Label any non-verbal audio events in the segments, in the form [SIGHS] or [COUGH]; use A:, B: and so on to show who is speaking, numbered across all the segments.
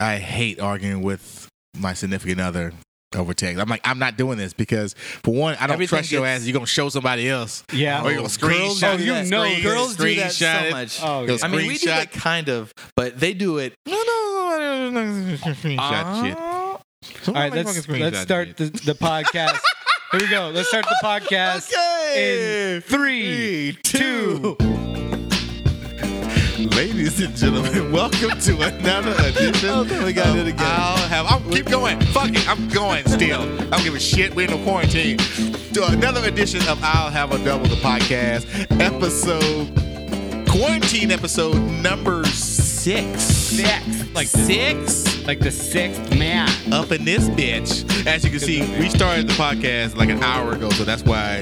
A: I hate arguing with my significant other over text. I'm like, I'm not doing this because for one, I don't
B: Everything
A: trust your
B: gets-
A: ass. You're gonna show somebody else.
C: Yeah.
A: Or Oh, you're gonna
C: Girls
A: screenshot.
C: do
A: it,
C: that. You know
A: screen-
B: girls do that so
A: screenshot it.
B: much.
C: Oh,
A: You'll
C: yeah.
B: I mean, we do
A: Screenshot.
B: that kind of, but they do it.
A: No, no, no, no, no, screenshot shit.
B: Uh,
C: All right, let's let's start the, the podcast. Here we go. Let's start the podcast
A: Okay.
C: in three, two.
A: Ladies and gentlemen, welcome to another edition.
B: we got
A: of
B: it again.
A: I'll have. I'm keep going. Fuck it. I'm going still. I don't give a shit. We're in a quarantine. To another edition of I'll Have a Double the podcast episode quarantine episode number six.
C: Six. Like the-
A: six.
C: Like the sixth man.
A: Up in this bitch. As you can see, we started the podcast like an hour ago, so that's why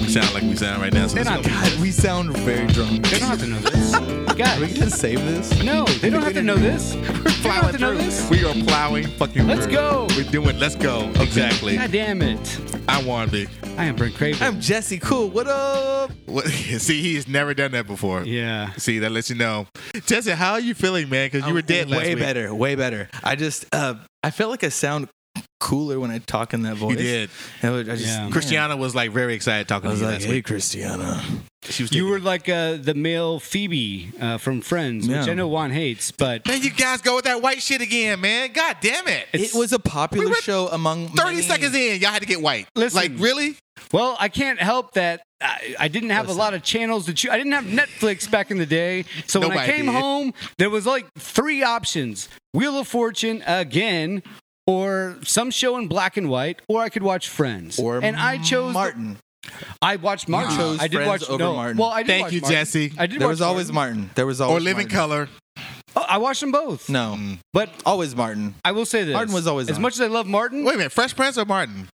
A: we sound like we sound right now. So
C: They're
A: it's
C: not-
A: gonna-
B: God, we sound very drunk.
C: They don't have to know this.
B: Are we
C: Guys,
B: gonna save this?
C: no, they don't have to know this. They don't have
A: plowing
C: to know
A: through.
C: this.
A: We are plowing fucking.
C: Let's
A: through.
C: go.
A: We're doing. Let's go. Exactly.
C: God damn it.
A: I want to be.
C: I am Brent Craven.
B: I'm Jesse Cool. What up?
A: What, [LAUGHS] see, he's never done that before.
C: yeah.
A: See, that lets you know. Jesse, how are you feeling, man? Because you were dead last
B: way
A: week.
B: better. Way better. I just, uh, I felt like I sound cooler when I talk in that voice.
A: You did.
B: I would- I just,
C: Yeah.
B: Oh, man.
A: Christiana was like very excited talking
B: I was
A: to you
B: like,
A: last
B: hey,
A: week.
B: Christiana.
A: She was
C: You
A: thinking,
C: were like uh, the male Phoebe uh, from Friends, which
B: Yeah.
C: I know Juan hates,
A: [LAUGHS]
C: but
A: Man, you guys go with that white shit again, man. God damn it.
C: It's-
B: it was a popular
A: We were
B: show among
A: 30
B: many-
A: seconds in, y'all had to get white.
C: Listen.
A: like, really?
C: well, I can't help that I, I didn't have a
B: Listen.
C: lot of channels to choose. I didn't have Netflix back in the day, so when I
A: Nobody
C: came
A: did.
C: home, there was like three options: Wheel of Fortune again, or some show in black and white, or I could watch Friends.
B: Or
C: and I chose
B: Martin.
C: I watched Martin.
B: chose
C: I did
B: Friends
C: watch
B: over
C: no,
B: Martin.
C: Well, I did
A: Thank
C: watch
A: you,
C: Martin.
A: Jesse.
C: I did.
B: There
C: watch
B: was always Martin. There was
A: Or
B: always
A: Live in
B: Martin.
A: Color. Mm.
C: Oh, I watched them both.
B: No,
C: but
B: always Martin.
C: I will say this:
B: Martin was always
C: as
B: on.
C: much as I love Martin.
A: Wait a minute, Fresh Prince or Martin?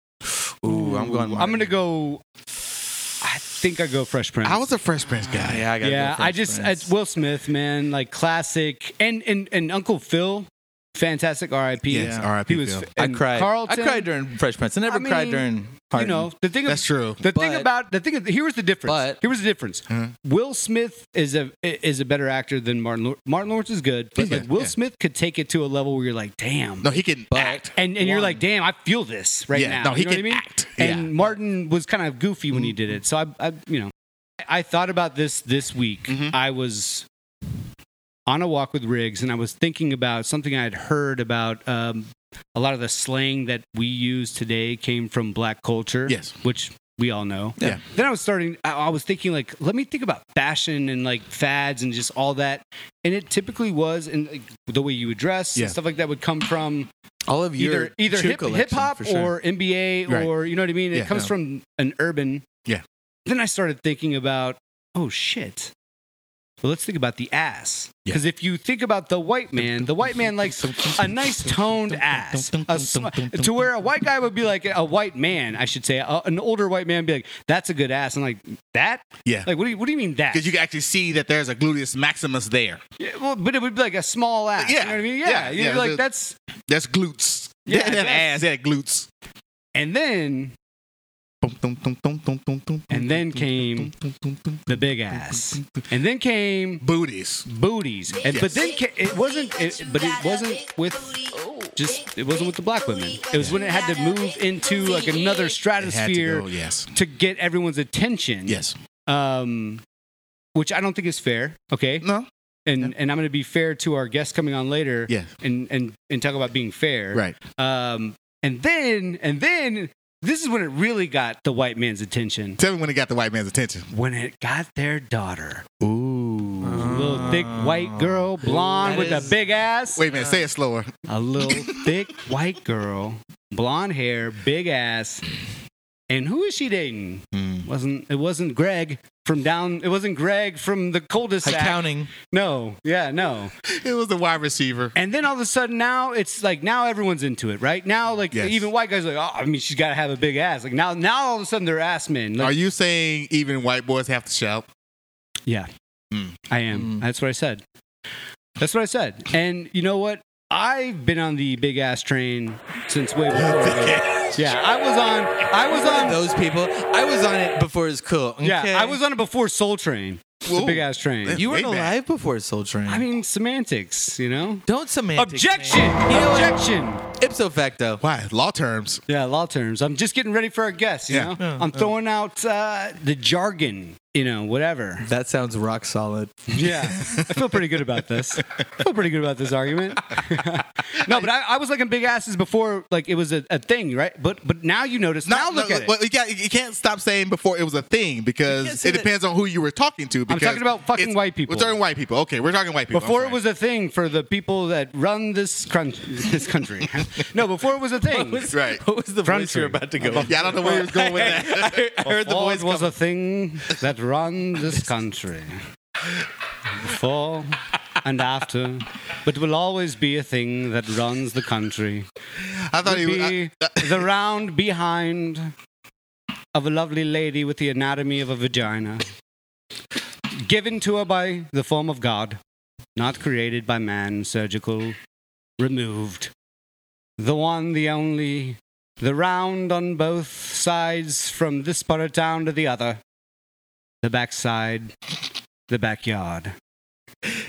B: Ooh, I'm going. Martin.
C: I'm gonna go. I think I go Fresh Prince.
A: I was a Fresh Prince guy.
B: Yeah, I gotta
C: yeah,
B: go
C: I
B: French
C: just
B: Prince.
C: it's Will Smith, man, like classic, and and and Uncle Phil, fantastic R.I.P.
A: Yes, R.I.P.
C: He was.
A: Phil.
B: I
C: and
B: cried.
C: Carlton,
B: I cried during Fresh Prince. I never
C: I mean,
B: cried during.
C: You
B: Martin.
C: know the thing.
A: That's true.
C: The thing
B: But-
C: about the thing. Here was the difference.
B: but- Uh-huh.
C: here was the difference. Will Smith is a is a better actor than Martin. Lawr- Martin Lawrence is good, but
A: Yeah,
C: like Will
A: yeah.
C: Smith could take it to a level where you're like, damn.
A: No, he can
B: But-
A: act.
C: and, and you're
B: One.
C: like, damn, I feel this right
A: Yeah,
C: now.
A: no, he
C: you know what I
A: can
C: mean?
A: act.
C: And
A: Yeah.
C: Martin was kind of goofy when he did it. So I, I you know, I thought about this this week.
A: Mhm.
C: I was on a walk with Riggs, and I was thinking about something I had heard about. Um, a lot of the slang that we use today came from black culture.
A: Yes.
C: which we all know.
A: Yeah.
C: Then I was starting. I, I was thinking like, let me think about fashion and like fads and just all that. And it typically was, and like, the way you would dress
A: Yeah.
C: and stuff like that would come from
B: all of your
C: either either
B: shoe
C: hip hip
B: collection,
C: hop
B: for sure.
C: or NBA
A: Right.
C: or you know what I mean. It
A: Yeah,
C: comes
A: yeah.
C: from an urban.
A: Yeah.
C: Then I started thinking about oh shit. Well, let's think about the ass.
A: Yeah.
C: Because if you think about the white man, the white man likes a nice toned ass. A sm- to where a white guy would be like, a white man, I should say, a- an older white man would be like, that's a good ass. And like, that?
A: Yeah.
C: Like, what do you, what do you mean that?
A: Because you can actually see that there's a gluteus maximus there.
C: Yeah, well, but it would be like a small ass. You
A: Yeah.
C: know what I mean?
A: Yeah,
C: Yeah. You're
A: yeah,
C: like,
A: the-
C: that's.
A: That's glutes.
C: Yeah,
A: Yeah, that
C: that's-
A: ass, that glutes.
C: And then And then came the big ass, and then came
A: booties.
C: booties, and
A: Yes.
C: but then ca- it wasn't, it, but it wasn't with just it wasn't with the black women. It was when it had to move into like another
A: It had to
C: stratosphere
A: go, yes.
C: to get everyone's attention.
A: Yes.
C: Um, which I don't think is fair. Okay,
A: No.
C: and and I'm going to be fair to our guests coming on later.
A: Yes.
C: and and and talk about being fair.
A: Right.
C: Um, and then and then this is when it really got the white man's attention.
A: Tell me when it got the white man's attention.
C: When it got their daughter.
A: Ooh.
C: little thick white girl, blonde
B: That
C: with a
B: is-
C: big ass.
A: Wait a minute, say it slower. [LAUGHS]
C: A little thick white girl, blonde hair, big ass. And who is she dating?
B: Hmm.
C: Wasn't it wasn't Greg from down? It wasn't Greg from the coldest.
B: accounting.
C: No, yeah, no.
A: It was the wide receiver.
C: And then all of a sudden now it's like now everyone's into it, right? Now like
A: Yes.
C: even white guys are like, oh, I mean she's got to have a big ass. Like now, now all of a sudden they're ass men. Like,
A: Are you saying even white boys have to shout?
C: Yeah.
A: Mm.
C: I am.
B: Mm.
C: That's what I said. That's what I said. And you know what? I've been on the big ass train since way
A: [LAUGHS]
C: before. yeah, I was on. I was
B: One of
C: on.
B: those people. I was on it before it was cool.
C: Yeah,
B: okay?
C: I was on it before Soul Train. It's a big ass train.
B: You
A: Way
B: weren't
A: back.
B: alive before Soul Train.
C: I mean, semantics, you know?
B: don't semantics.
C: Objection!
B: man. You know what?
C: Objection!
B: Ipso facto.
A: Why? Law terms.
C: Yeah, law terms. I'm just getting ready for our guests, you
A: Yeah.
C: know?
B: Yeah,
C: I'm throwing out uh, the jargon, you know,
A: [LAUGHS]
C: whatever.
B: That sounds rock solid. [LAUGHS]
C: Yeah. I feel pretty good about this. I feel pretty good about this argument. [LAUGHS] no, but I, I was liking big asses before, like, it was a, a thing, right? But but now you notice.
A: No,
C: now look
A: no,
C: at it.
A: well, You, got, you can't stop saying before it was a thing
B: can't
A: because
B: say
A: it
B: that-
A: depends on who you were talking to. Because
C: talking about fucking
A: it's-
C: white people.
A: We're talking white people. Okay, we're talking white people.
C: Before it was a thing for the people that run this, crunch, this country. [LAUGHS] no, before it was a thing.
A: [LAUGHS] Right.
B: What was the voice
C: Country.
B: you were about to go?
A: Yeah, I don't know where he was going with that.
B: I heard, [LAUGHS] I heard the
C: Before
B: voice
C: it was a thing that run this country. Before and after, but will always be a thing that runs the country.
A: I thought he
C: Would
A: was. I-
C: be the round behind of a lovely lady with the anatomy of a vagina, given to her by the form of God, not created by man, surgical, removed. The one, the only, the round on both sides from this part of town to the other, the backside, the backyard.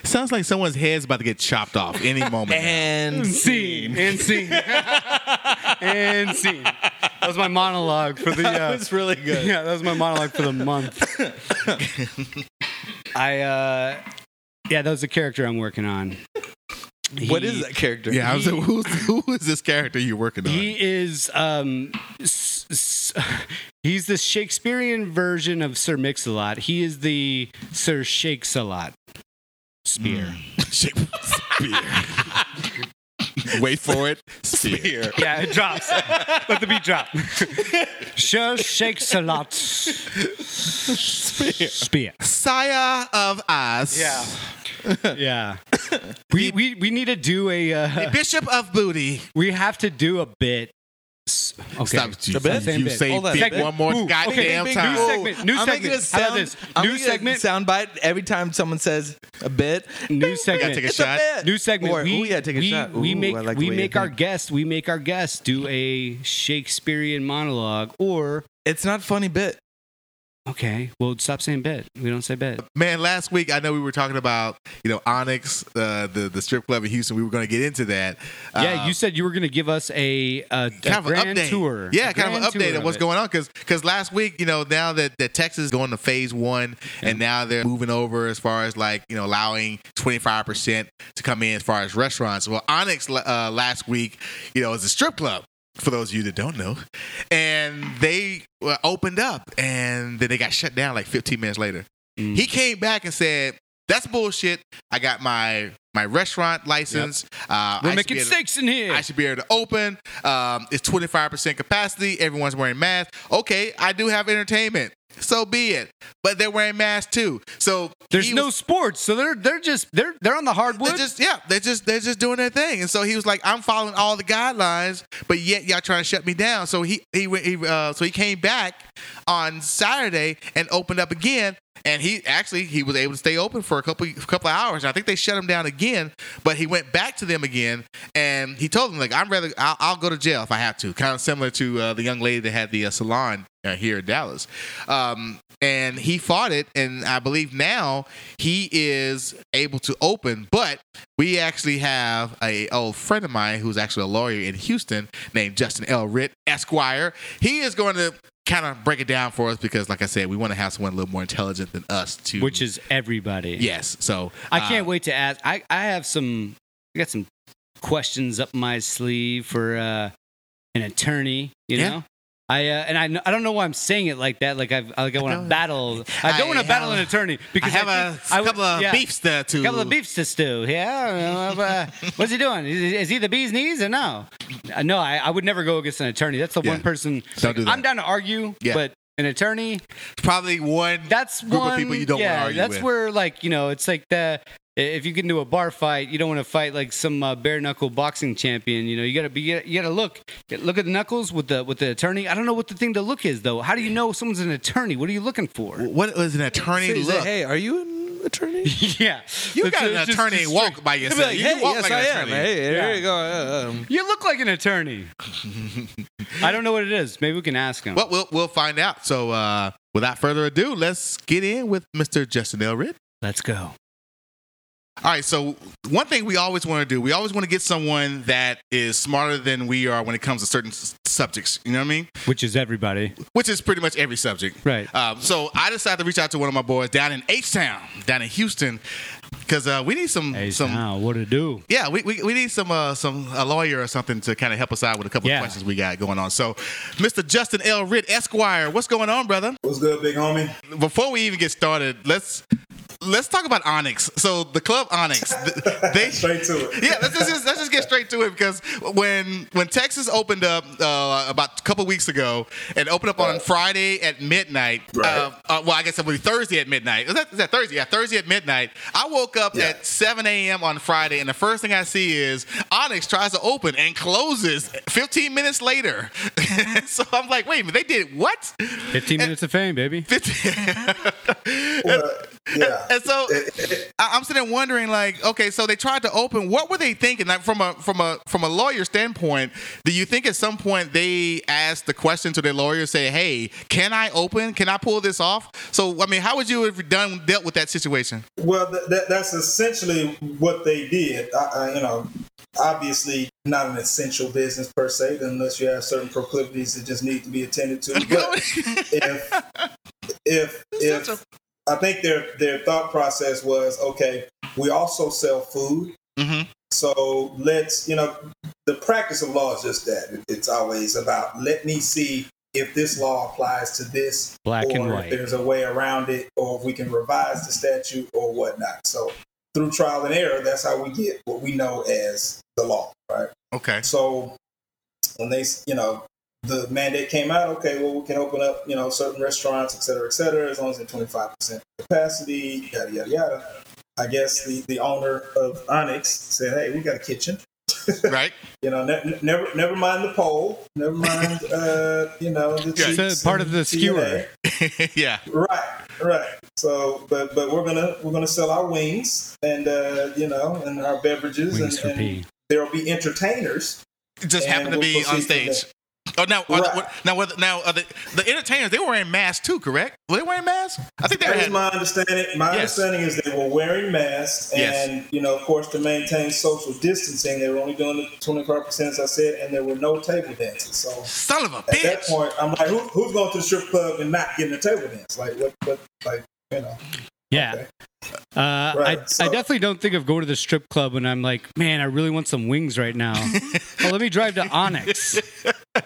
A: sounds like someone's head's about to get chopped off
C: [LAUGHS]
A: any moment. now.
B: and
C: Scene. And scene. and scene. That was my monologue for the. Uh,
B: That was really good.
C: Yeah, that was my monologue for the month. [LAUGHS] I, uh, yeah, that was the character I'm working on.
B: What
C: He-
B: is that character?
A: yeah, I was like, who's, who is this character you're working on? [LAUGHS]
C: He is, um, s- s- [SIGHS] he's the Shakespearean version of Sir Mix-a-Lot. He is the Sir Shakes-a-Lot spear.
A: Spear. Wait for it. Spear.
C: Yeah, it [LAUGHS] drops. Let the beat [LAUGHS] drop. sure shakes a lot. Spear. Spear.
A: Sire of Oz.
C: [LAUGHS] Yeah. we, we, we need to do a. Uh,
A: Bishop of Booty.
C: we have to do a bit. S- Okay.
A: Stop. You,
B: The bit?
A: you
C: Same
A: say
B: bit.
A: bit
C: Segment.
A: one more
C: Ooh, okay,
A: goddamn
C: big, big
A: time.
C: New segment. New
B: I'm
C: segment.
B: Making a
C: How about
B: sound,
C: this?
B: I'm
C: New
B: making
C: segment.
B: A soundbite every time someone says a bit.
C: New segment.
A: take a
B: It's a
A: Shot.
B: bit.
C: New segment.
B: Or,
C: we
B: ooh, yeah, take a
C: we,
B: shot.
C: we
B: Ooh,
C: make
B: I like the
C: we
B: way you
C: make our
B: think.
C: guest we make our guest do a Shakespearean monologue or
B: It's not funny bit.
C: okay. Well, stop saying bit. We don't say bit.
A: Man, last week I know we were talking about you know Onyx, uh, the the strip club in Houston. We were going to get into that.
C: yeah,
A: Uh,
C: you said you were going to give us a, a, a
A: kind of an
C: grand
A: update.
C: tour.
A: Yeah,
C: A
A: kind of an
C: grand tour
A: update of what's
C: it.
A: going on because last week you know now that, that Texas is going to phase one and now they're moving over as far as like you know allowing twenty five percent to come in as far as restaurants. Well, Onyx uh, last week you know is a strip club for those of you that don't know, and they uh, opened up and then they got shut down like fifteen minutes later.
C: Mm.
A: He came back and said. That's bullshit. I got my my restaurant license. Uh, I
C: We're
A: should
C: making
A: be able to-
C: steaks in here.
A: I should be able to open. Um, it's 25% capacity. Everyone's wearing masks. Okay, I do have entertainment. So be it. But they're wearing masks too. So
C: There's
A: he
C: no
A: was-
C: sports, so they're they're just they're they're on the hardwood.
A: they're just yeah, they're just they're just doing their thing. And so he was like, I'm following all the guidelines, but yet y'all trying to shut me down. So he he went he uh, so he came back on Saturday and opened up again. And he actually he was able to stay open for a couple a couple of hours. I think they shut him down again, but he went back to them again, and he told them like I'm rather I'll, I'll go to jail if I have to. Kind of similar to uh, the young lady that had the uh, salon uh, here in Dallas, um, and he fought it. And I believe now he is able to open, but we actually have a old friend of mine who's actually a lawyer in Houston named Justin L. Ritt Esquire. He is going to kind of break it down for us because, like I said, we want to have someone a little more intelligent than us to.
C: which is everybody.
A: yes. So
C: I
A: uh,
C: can't wait to ask. I I have some I got some questions up my sleeve for uh, an attorney. You
A: Yeah.
C: know. I, uh, and I, kn- I don't know why I'm saying it like that. Like I've, like I want to
A: don't-
C: battle. I don't
A: I
C: want to battle
A: have-
C: an attorney
A: I
C: because
A: have
C: I
A: a
C: think I would-
A: couple of
C: yeah.
A: beefs there too.
C: couple of beefs to stew. Yeah, I don't know, uh, what's he doing? Is, is he the bee's knees or no? Uh, no, I, I would never go against an attorney. That's the
A: Yeah.
C: one person
A: Don't do that.
C: I'm down to argue,
A: Yeah.
C: but an attorney
A: Probably one.
C: that's
A: Group of
C: one
A: people you don't wanna
C: yeah,
A: argue
C: that's
A: with.
C: where like you know it's like the if you get into a bar fight, you don't want to fight like some uh, bare knuckle boxing champion. You know, you gotta be you gotta look look at the knuckles with the with the attorney. I don't know what the thing to look is though. How do you know someone's an attorney? What are you looking for?
A: what is an attorney
B: Say, say,
A: look?
B: hey, are you an attorney?
C: [LAUGHS] yeah,
A: you
C: It's-
A: got
C: it's
A: an
C: just-
A: attorney
C: it's
A: walk
C: straight-
A: by
B: I'd
A: yourself.
B: be like,
A: you
B: hey,
A: can walk
B: yes,
A: like
B: I
A: an
B: am.
A: attorney.
B: Hey, there
C: Yeah.
B: you go. Uh, um,
C: You look like
A: [LAUGHS]
C: an attorney. I don't know what it is. Maybe we can ask him.
A: Well, we'll we'll find out. So uh, without further ado, let's get in with Mr. Justin Elred.
C: Let's go.
A: All right, so one thing we always want to do, we always want to get someone that is smarter than we are when it comes to certain s- subjects. You know what I mean?
C: Which is everybody.
A: Which is pretty much every subject.
C: Right.
A: Um, so I decided to reach out to one of my boys down in H Town, down in Houston, because uh, we need some
C: Hey,
A: some
C: now, what to do?
A: yeah, we, we, we need some uh, some a lawyer or something to kind of help us out with a couple
C: Yeah.
A: of questions we got going on. So, Mr. Justin L. Ritt Esquire, what's going on, brother?
D: What's good, big homie?
A: Before we even get started, let's let's talk about Onyx. So the club Onyx, th-
D: [LAUGHS]
A: they
D: Straight to it.
A: yeah, let's just, just- let's just get straight to it because when when Texas opened up uh, about a couple weeks ago and opened up on Friday at midnight,
D: Right.
A: uh, uh, well, I guess it would be Thursday at midnight. Is that, is that Thursday? Yeah, Thursday at midnight. I woke up
D: Yeah.
A: at 7 a.m. on Friday, and the first thing I see is Onyx tries to open and closes 15 minutes later. [LAUGHS] so I'm like, wait a minute, they did what? Eh,
C: 15 minutes of fame, baby.
A: 15.
D: But, yeah.
A: And so I- I'm sitting there wondering, like, okay, so they tried to open. What were they thinking? Like, from a from a from a lawyer standpoint, do you think at some point they asked the question to their lawyer, say, "Hey, can I open? Can I pull this off?" So, I mean, how would you have done dealt with that situation?
D: Well, th- that, that's essentially what they did. I, I, you know, obviously not an essential business per se, unless you have certain proclivities that just need to be attended to. But if if if I think their their thought process was okay, we also sell food.
A: hmm
D: So let's, you know, the practice of law is just that. It's always about let me see if this law applies to this,
C: Black
D: or
C: and
D: if
C: white.
D: there's a way around it, or if we can revise the statute or whatnot. So through trial and error, that's how we get what we know as the law, right?
A: Okay.
D: So when they, you know, the mandate came out, okay, well, we can open up, you know, certain restaurants, et cetera, et cetera, as long as they're 25% capacity, yada, yada, yada. I guess the, the owner of Onyx said, hey, we got a kitchen.
A: Right. [LAUGHS]
D: You know, ne- ne- never never mind the pole,
C: [LAUGHS]
D: never mind, uh, you know, the
A: Yeah.
D: cheeks
C: It's a part
D: and
C: of the skewer.
D: DNA.
A: yeah.
D: Right, right. So, but but we're gonna we're gonna sell our wings and uh, you know and our beverages
C: Wings for
D: and,
C: P.
D: and there'll be entertainers.
A: It just
D: And
A: happened to
D: we'll
A: be
D: proceed
A: on
D: from
A: stage. Oh, now, are-
D: Right.
A: what- now, whether- now, are the, the entertainers they were wearing masks too, correct? Were they wearing masks? I think they
D: That
A: had.
D: was my understanding. My
A: Yes.
D: understanding is they were wearing masks and
A: Yes.
D: you know of course to maintain social distancing they were only doing the twenty five percent as I said and there were no table dances. So
A: Son of a
D: at
A: [LAUGHS]
D: that
A: bitch!
D: point I'm like, Who, who's going to the strip club and not getting a table dance? Like what? What? Like you know?
C: Yeah.
D: Okay.
C: Uh,
D: Right,
C: I,
D: so-
C: I definitely don't think of going to the strip club when I'm like, man, I really want some wings right
D: [LAUGHS]
C: now. well, let me drive to Onyx.
D: But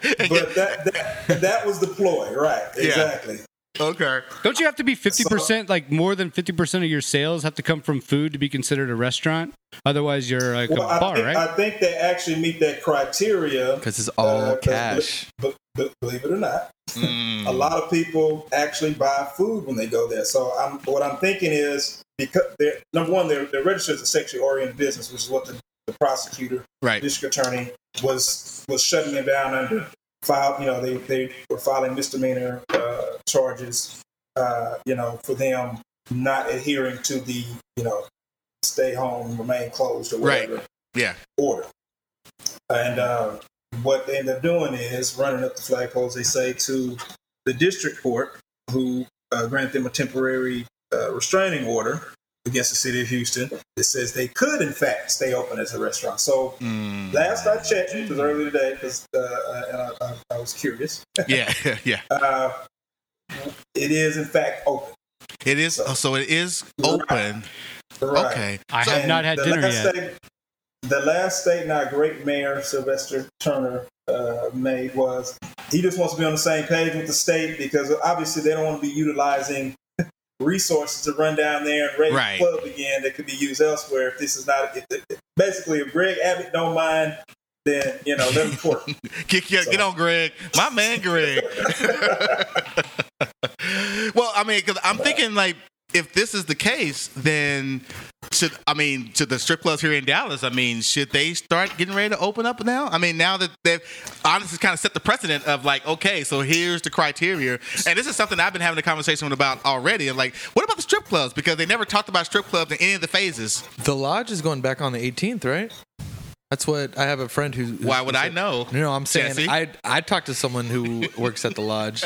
D: that, that that was the ploy, right?
A: Yeah.
D: Exactly.
A: Okay.
C: Don't you have to be 50%, like more than 50% of your sales have to come from food to be considered a restaurant? Otherwise, you're like
D: Well,
C: a
D: I,
C: bar,
D: think,
C: right?
D: I think they actually meet that criteria.
B: because it's all
D: Uh, but-
B: cash.
D: But, but believe it or not,
A: Mm.
D: [LAUGHS] a lot of people actually buy food when they go there. So I'm, what I'm thinking is because they're number one, they're, they're registered as a sexually oriented business, which is what the, the prosecutor,
A: Right.
D: district attorney was was shutting them down under. Filed, you know, they, they were filing misdemeanor uh, charges, uh, you know, for them not adhering to the, you know, stay home, remain closed, or
A: Right.
D: whatever
A: Yeah.
D: order. And uh, what they end up doing is running up the flagpoles, they say, to the district court, who uh, grant them a temporary uh, restraining order against the city of Houston that says they could, in fact, stay open as a restaurant. So
A: Mm.
D: last I checked, it was early today, because uh, uh, and I, I, I was curious.
A: Yeah. [LAUGHS] yeah.
D: Uh, it is, in fact, open.
A: It is oh,
D: So-
A: so. It is open.
D: Right.
A: Okay.
C: I
A: So-
C: have not had
D: the
C: dinner
D: last
C: yet.
D: State, the last statement our great mayor Sylvester Turner uh, made was he just wants to be on the same page with the state because obviously they don't want to be utilizing resources to run down there and raid
A: Right.
D: the club again that could be used elsewhere if this is not if the, basically if Greg Abbott don't mind then you know let him twerk.
C: [LAUGHS]
A: Get, get, get on, Greg. My man, Greg. [LAUGHS] well, I mean, because I'm thinking like, if this is the case, then should I mean to the strip clubs here in Dallas? I mean, should they start getting ready to open up now? I mean, now that they've honestly kind of set the precedent of like, okay, so here's the criteria, and this is something I've been having a conversation about already. And like, what about the strip clubs? Because they never talked about strip clubs in any of the phases.
B: The lodge is going back on the 18th, right? That's what I have a friend who.
A: Why would I know?
B: No, no, I'm saying
A: Jesse?
C: [LAUGHS]
B: I I talked to someone who works at the lodge,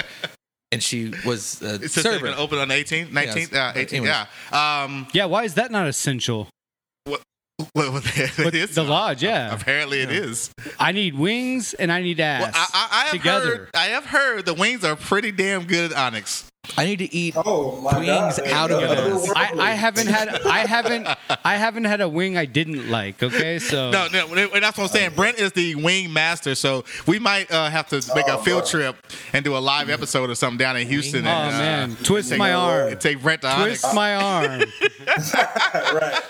B: and she was a
A: It's just
B: server.
A: going to open on the 18th, 19th,
B: Yes,
A: uh,
B: but
A: 18th.
B: anyways.
A: Yeah. Um, [LAUGHS]
C: Yeah, why is that not essential?
A: well, well, [LAUGHS] it [LAUGHS]
C: But
A: is.
C: the lodge, yeah.
A: [LAUGHS] Apparently, it is.
C: I need wings and I need ass
A: Well, I, I, I have
C: together.
A: heard. I have heard the wings are pretty damn good at Onyx.
B: I need to eat.
D: Oh my
B: Wings
D: god!
B: out of
D: Otherworldly.
B: your
C: I, I haven't had I haven't I haven't had a wing I didn't like. Okay, so
A: [LAUGHS] No, no, and that's what I'm
C: Oh.
A: saying. Brent is the wing master, so we might uh, have to make a
D: Oh,
A: field
D: bro.
A: trip and do a live episode or something down in Houston.
C: Mm. oh
A: and, uh,
C: man, twist
A: take-
C: my arm,
A: and take Brent to Onyx.
C: twist my arm.
D: [LAUGHS] right.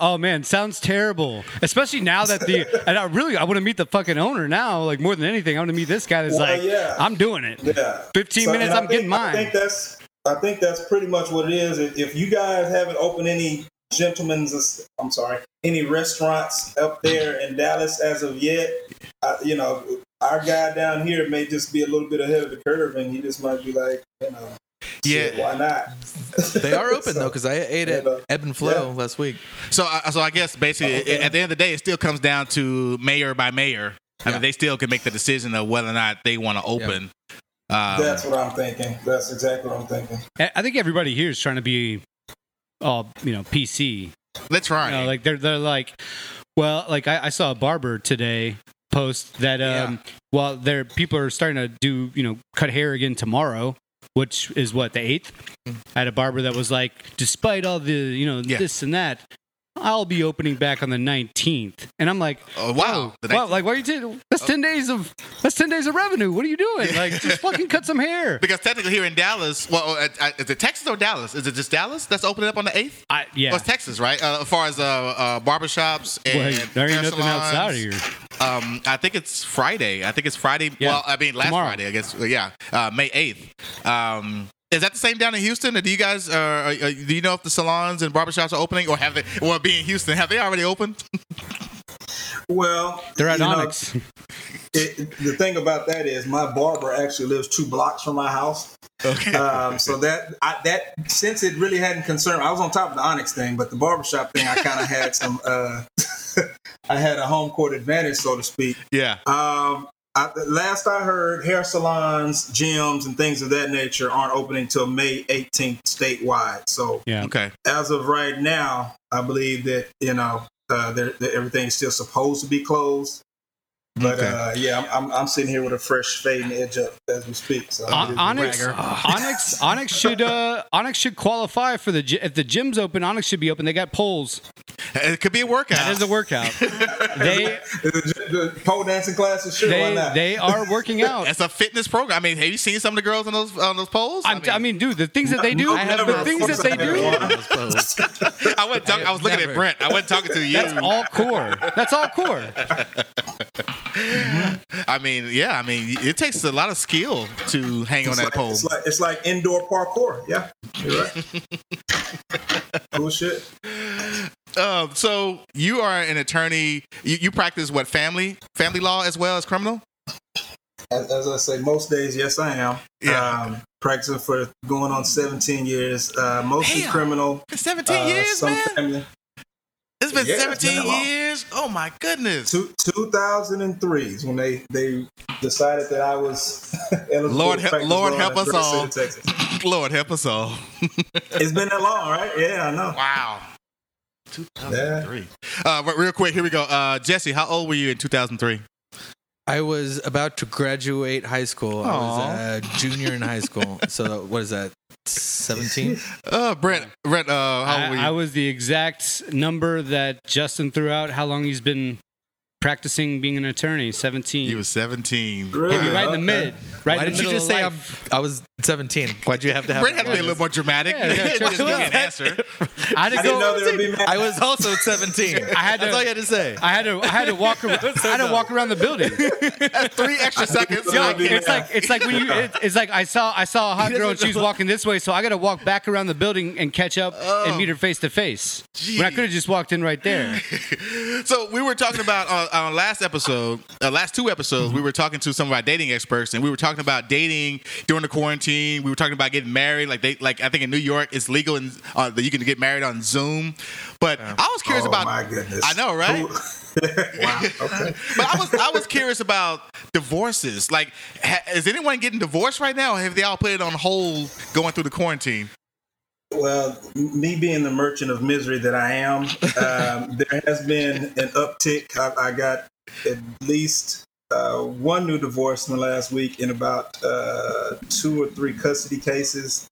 C: Oh man, sounds terrible. Especially now that the and I really I want to meet the fucking owner now. Like more than anything, I want to meet this guy that's
D: Well,
C: like,
D: yeah.
C: I'm doing it.
D: Yeah.
C: 15
D: So,
C: minutes,
D: and I
C: I'm getting
D: think- I
C: mine.
D: think that's I think that's pretty much what it is. If, if you guys haven't opened any gentlemen's, I'm sorry, any restaurants up there in Dallas as of yet, I, you know, our guy down here may just be a little bit ahead of the curve, and he just might be like, you know, shit,
A: Yeah.
D: why not?
B: They are open
D: [LAUGHS] So-
B: though, because I ate
D: Yeah,
B: at
D: but-
B: Ebb and Flow
D: yeah.
B: last week.
A: So, I so I guess
C: Oh,
A: basically,
D: Okay.
A: at the end of the day, it still comes down to mayor by mayor. I
B: Yeah.
A: mean, they still can make the decision of whether or not they want to open. Um,
D: That's what I'm thinking. That's exactly what I'm thinking.
C: I I think everybody here is trying to be, all you know, PC.
A: let's try.
C: You know, like they're they're like, well, like I, I saw a barber today post that um, well, their people are starting to do you know cut hair again tomorrow, which is what the eighth. I had a barber that was like, despite all the you know
A: Mm-hmm. Yeah.
C: this and that, I'll be opening back on the nineteenth, and I'm like.
A: oh, wow. The
C: Wow,
A: next-
C: like why are you? T- that's ten days of that's ten days of revenue. What are you doing? Like
A: [LAUGHS]
C: just fucking cut some hair.
A: because technically here in Dallas, well, uh, uh, is it Texas or Dallas? Is it just Dallas that's opening up on the eighth?
C: I, yeah,
A: Well, it's Texas, right? Uh, as far as uh, uh, barbershops and
C: Well, hey, there ain't
A: hair
C: nothing
A: salons.
C: outside of here.
A: Um, I think it's Friday. I think it's Friday.
C: Yeah.
A: Well, I mean last
C: Tomorrow.
A: Friday, I guess. Uh, yeah, uh, May eighth. Um, is that the same down in Houston? Or do you guys? Uh, are, are- do you know if the salons and barbershops are opening, or have they? Well, being Houston, have they already opened? [LAUGHS]
D: Well,
C: They're at
D: you know,
C: Onyx. [LAUGHS]
D: it, the thing about that is my barber actually lives two blocks from my house.
A: Okay.
D: Um, so that I, that since it really hadn't concerned, I was on top of the Onyx thing, but the barbershop thing, I kind of had some. Uh, [LAUGHS] I had a home court advantage, so to speak.
A: yeah.
D: Um, I, the last I heard, hair salons, gyms, and things of that nature aren't opening till May 18th statewide. So
C: yeah,
A: Okay.
D: as of right now, I believe that you know uh, they're, that everything's still supposed to be closed. But
A: Okay.
D: uh, yeah, I'm, I'm, I'm sitting here with a fresh fading edge up as we speak. So
C: On- Onyx, uh,
A: Bragger.
C: Onyx, Onyx should uh, Onyx should qualify for the gy- if the gym's open. Onyx should be open. They got poles.
A: It could be a workout.
C: That is a
D: [LAUGHS]
C: workout. they
D: the pole dancing classes, sure, why
C: they
D: not?
C: they are working out.
A: That's a fitness program. I mean, have you seen some of the girls on those on those poles?
C: I'm t- I mean, dude, the things that they do,
D: I
C: the
D: have never
C: things that they do,
A: [LAUGHS]
D: thought
A: I went. Talk, I was looking at
B: Never.
A: Brent. I wasn't talking
C: [LAUGHS]
A: to you.
C: that's all core. That's all core.
A: I mean, yeah. I mean, it takes a lot of skill to hang on
D: It's
A: that
D: like,
A: pole.
D: It's like, it's like indoor parkour. Yeah, you're right.
A: [LAUGHS]
D: cool shit.
A: Um, so you are an attorney. You, you practice what family family law as well as criminal.
D: As, as I say, most days, yes, I am.
A: Yeah.
D: Um, practicing for going on 17 years, uh, mostly
A: Damn.
D: criminal.
A: It's Seventeen
D: uh,
A: years,
D: some
A: man.
D: family.
A: It's been
D: Yeah, it's
A: seventeen
D: been a long-
A: years. Oh my goodness.
D: Two, 2003 is when they, they decided that I was [LAUGHS] eligible
A: Lord
D: to
A: help-
D: practice
A: Lord
D: law in
A: help us
D: Great City,
A: all.
D: Texas.
A: Lord help us all.
D: It's been that long, right? Yeah, I know.
A: Wow. Two thousand three. Uh, re- real quick, here we go. Uh, Jesse, how old were you in two thousand three?
B: I was about to graduate high school. I
A: Aw.
B: was a junior in high school. So what is that? Seventeen.
A: Uh, Brent, Brent, uh, how old were you?
C: I, I was the exact number that Justin threw out. How long he's been practicing being an attorney? Seventeen.
A: you were seventeen.
D: Really?
C: He'd be right in the
D: Okay.
C: mid. Right
B: Why
C: in
B: did
C: the
B: you
C: middle
B: just
C: of
B: say I'm,
C: life.
B: I was seventeen? Why'd you have to have?
A: Brent
B: that
A: had to be a little more dramatic.
C: Yeah, yeah,
A: [LAUGHS] Just give an answer.
C: I had to
D: I didn't
C: go-
D: know there would be mad.
B: I was also seventeen. I
C: had
B: That's
C: to-
B: all you had to say.
C: I had to I had to
D: [LAUGHS]
C: walk around, I had to walk around the building.
A: Three extra seconds.
D: Yeah,
A: Like,
C: It's like it's like when you it, it's like I saw I saw a hot girl and she was walking this way, so I got to walk back around the building and catch up
D: Oh.
C: and meet her face to face. When I
A: Jeez.
C: could have just walked in right there.
A: [LAUGHS] So we were talking about on, on last episode, uh, last two episodes, we were talking to some of our dating experts, and we were talking about dating during the quarantine. We were talking about getting married, like they, like I think in New York it's legal and uh, that you can get married on Zoom. But I was curious [LAUGHS]
D: oh
A: about,
D: my goodness.
A: I know, right?
D: Who- wow. Okay.
A: but I was I was curious about divorces. Like, ha- is anyone getting divorced right now? Or have they all put it on hold going through the quarantine?
D: Well, m- me being the merchant of misery that I
C: [LAUGHS]
D: am, um, there has been an uptick. I, I got at least uh, one new divorce in the last week in about uh, two or three custody cases.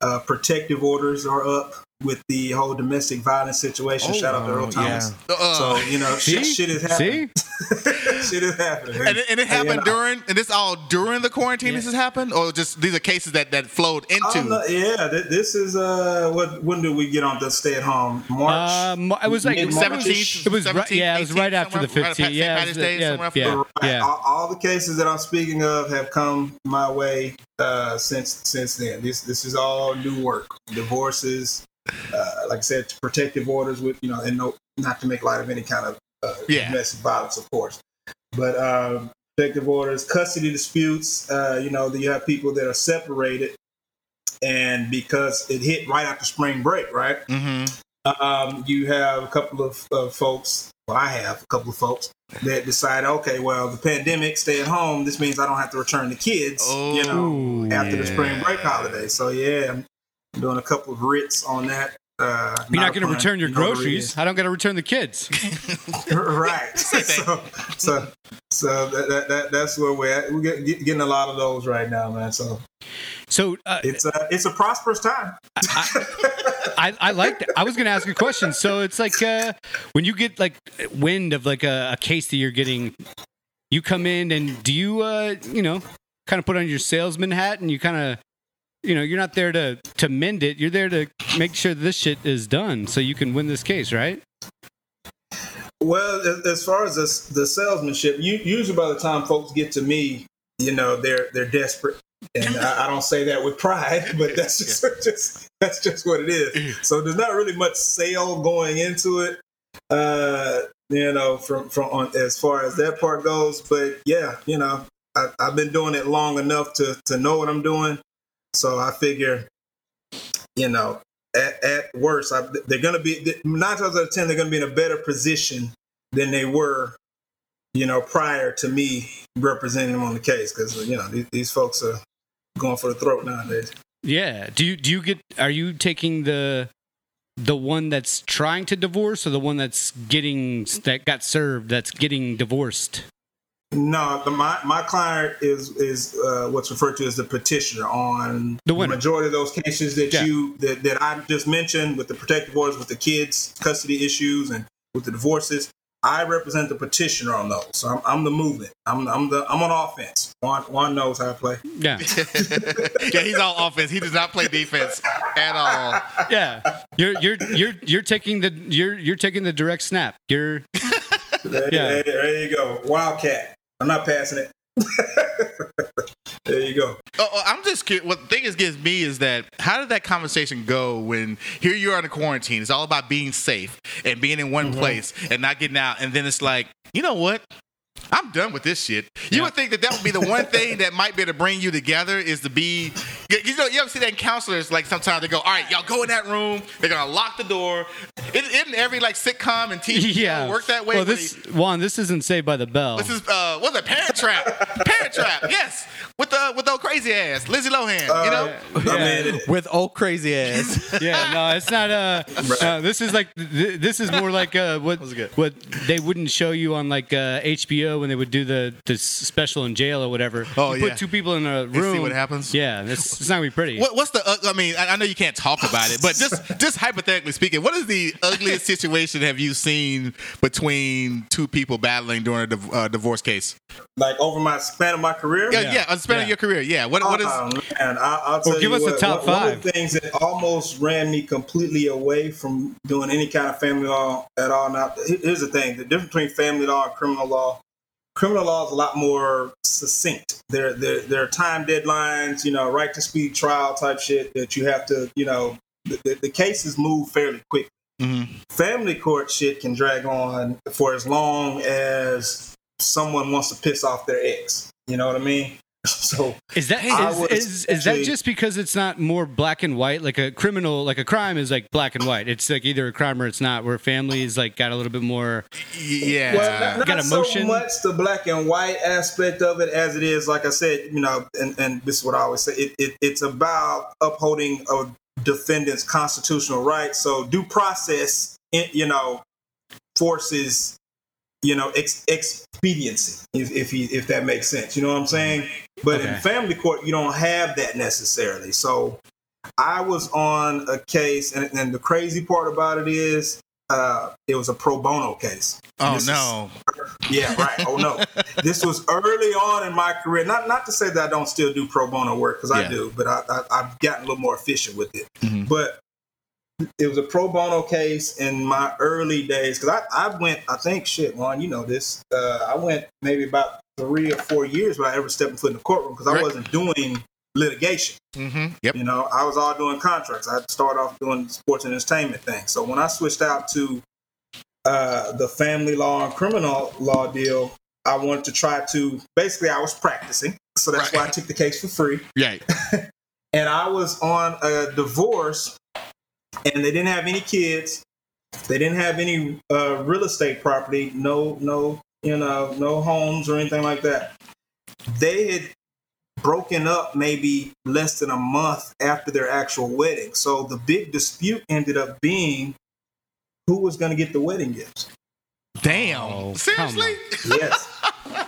D: Uh, protective orders are up with the whole domestic violence situation. Shout out to Earl Thomas.
A: Uh,
D: So, you know, shit, shit is happening.
C: Oh,
D: [LAUGHS]
C: See?
D: shit is happening.
A: and, it, and it happened
D: you know.
A: during, and this all during the quarantine. This has happened, or just these are cases that that flowed into.
D: I'm not- yeah, th- this is uh, what? When did we get on the stay at home? March.
C: Uh, mo- it was like
D: Mid-
C: March.
A: 17th,
C: It was right,
A: 17th,
C: yeah, it was
A: 18th,
C: right after the
A: somewhere, right
C: 15th.
A: after St.
C: yeah, it was,
A: Patrick's Day,
C: yeah,
A: somewhere
C: yeah,
A: after-
D: Right.
C: yeah.
D: All, all the cases that I'm speaking of have come my way uh, since since then. This this is all new work. Divorces, uh, like I said, protective orders with you know, and no, not to make light of any kind of uh,
A: Yeah.
D: domestic violence, of course, but um, protective orders, custody disputes. Uh, you know, you have people that are separated, and because it hit right after spring break, right?
C: Mm-hmm.
A: hmm
D: um, you have a couple of, of folks, well, I have a couple of folks that decide, okay, well, the pandemic, stay at home. This means I don't have to return the kids, you know,
C: Ooh.
D: after the spring
A: yeah.
D: break holiday. So, yeah, I'm doing a couple of writs on that. Uh,
C: You're not going
D: a
C: to
D: pun,
C: return your
D: you know what it
C: groceries. I don't got to return the kids.
D: is. right. so, so, so that, that, that, that's where we're at. We're get- get- getting a lot of those right now, man. So
C: So uh,
D: it's a, it's a prosperous time.
C: I, I like that. I was going to ask a question. So it's like uh, when you get like wind of like a, a case that you're getting, you come in and do you, uh, you know, kind of put on your salesman hat and you kind of, you know, you're not there to to mend it. You're there to make sure this shit is done so you can win this case, right?
D: Well, as- as far as this, the salesmanship, you, usually by the time folks get to me, you know, they're they're desperate, and I, I don't say that with pride, [LAUGHS] but that's just, just that's just what it is. So there's not really much sale going into it, uh, you know, from from on, as far as that part goes. But yeah, you know, I, I've been doing it long enough to to know what I'm doing, so I figure, you know. At, at worst, I, they're going to be nine times out of ten. They're going to be in a better position than they were, you know, prior to me representing them on the case. Because you know these, these folks are going for the throat nowadays.
C: Yeah. Do you do you get? Are you taking the the one that's trying to divorce or the one that's getting that got served that's getting divorced?
D: No, the, my my client is is uh, what's referred to as the petitioner on
C: The winner.
D: majority of those cases that
C: Yeah.
D: you that, that I just mentioned with the protective orders, with the kids custody issues, and with the divorces. I represent the petitioner on those, so I'm, I'm the movement. I'm, I'm the I'm on offense. Juan, Juan knows how to play.
C: Yeah.
A: [LAUGHS] yeah, he's all offense. He does not play defense at all.
C: yeah you're you're you're you're taking the you're you're taking the direct snap you're [LAUGHS]
D: There,
C: Yeah.
D: there- there you go. Wildcat. I'm not passing it. [LAUGHS] there you go.
A: Oh, oh, I'm just curious. What the thing is gets me is that how did that conversation go when here you are in a quarantine? It's all about being safe and being in
C: Mm-hmm.
A: one place and not getting out. And then it's like, you know what? I'm done with this shit. You would think that that would be the one thing that might be able to bring you together is to be. You know, you ever see that in counselors? Like sometimes they go, "All right, y'all go in that room. They're gonna lock the door." It, isn't every like sitcom and TV show
C: yeah
A: work that way?
C: well
A: where
C: this
A: they-
C: juan this isn't saved by the bell
A: this is uh, what's it? Parent Trap. Parent Trap. Yes, with the with those crazy ass Lizzie Lohan. you know.
D: I mean, it-
B: with old crazy ass. [LAUGHS]
C: yeah no it's
A: [LAUGHS]
C: not uh no, this is like th- this is more like uh what
B: was good.
C: what they wouldn't show you on like uh hbo when they would do the the s- special in jail or whatever
A: Oh,
C: you
A: yeah.
C: put two people in a room
A: see what happens.
C: yeah it's, it's not gonna be pretty
A: What, what's the? ug- I mean, I, I know you can't talk about it, but just just hypothetically speaking, what is the ugliest situation have you seen between two people battling during a div- uh, divorce case?
D: like over my span of my career.
A: Yeah, yeah, yeah a span
C: Yeah.
A: of your career. Yeah, what what is?
D: Oh, man, I, I'll tell
C: give
D: you
C: us the
D: what,
C: top
D: one, One
C: five.
D: of the things that almost ran me completely away from doing any kind of family law at all. Now, here- here's the thing: the difference between family law and criminal law. Criminal law is a lot more succinct. There, there, there are time deadlines. You know, right to speed trial type shit that you have to. You know, the, the, the cases move fairly quick.
C: Mm-hmm.
A: Mhm.
D: family court shit can drag on for as long as someone wants to piss off their ex. You know what I mean? [LAUGHS] So
C: Is that
D: I
C: is,
D: would
C: is, is that
D: say-
C: just because it's not more black and white? Like a criminal, like a crime is like black and white. It's like either a crime or it's not. Where families like got a little bit more.
A: Yeah.
D: Well, not,
C: Got
D: not so
C: emotion.
D: much the black and white aspect of it as it is, like I said, you know, and, and this is what I always say. It, it, it's about upholding a defendant's constitutional rights. So due process, it, you know, forces, you know, ex, expediency, if, if, he, if that makes sense. You know what I'm saying? But in
C: Okay.
D: family court, you don't have that necessarily. So I was on a case, and, and the crazy part about it is, uh, it was a pro bono case.
A: oh
D: this is-
A: no.
D: Yeah, right.
A: [LAUGHS]
D: Oh no, this was early on in my career. Not not to say that I don't still do pro bono work because
A: Yeah.
D: I do, but I, I, I've gotten a little more efficient with it.
A: Mhm.
D: But it was a pro bono case in my early days because I, I went. I think shit, Juan, you know this. Uh, I went maybe about three or four years without ever stepping foot in the courtroom because I
A: Right.
D: wasn't doing litigation.
A: Mm-hmm. Yep.
D: You know, I was all doing contracts. I started off doing sports and entertainment things. So when I switched out to uh, the family law and criminal law deal, I wanted to try to basically I was practicing, so that's why I took the case for free.
A: Right.
D: [LAUGHS] And I was on a divorce, and they didn't have any kids. They didn't have any uh, real estate property. No, no, you know, no homes or anything like that. They had broken up maybe less than a month after their actual wedding. So the big dispute ended up being who was going to get the wedding gifts.
A: Damn.
C: Oh,
A: Seriously?
D: Yes.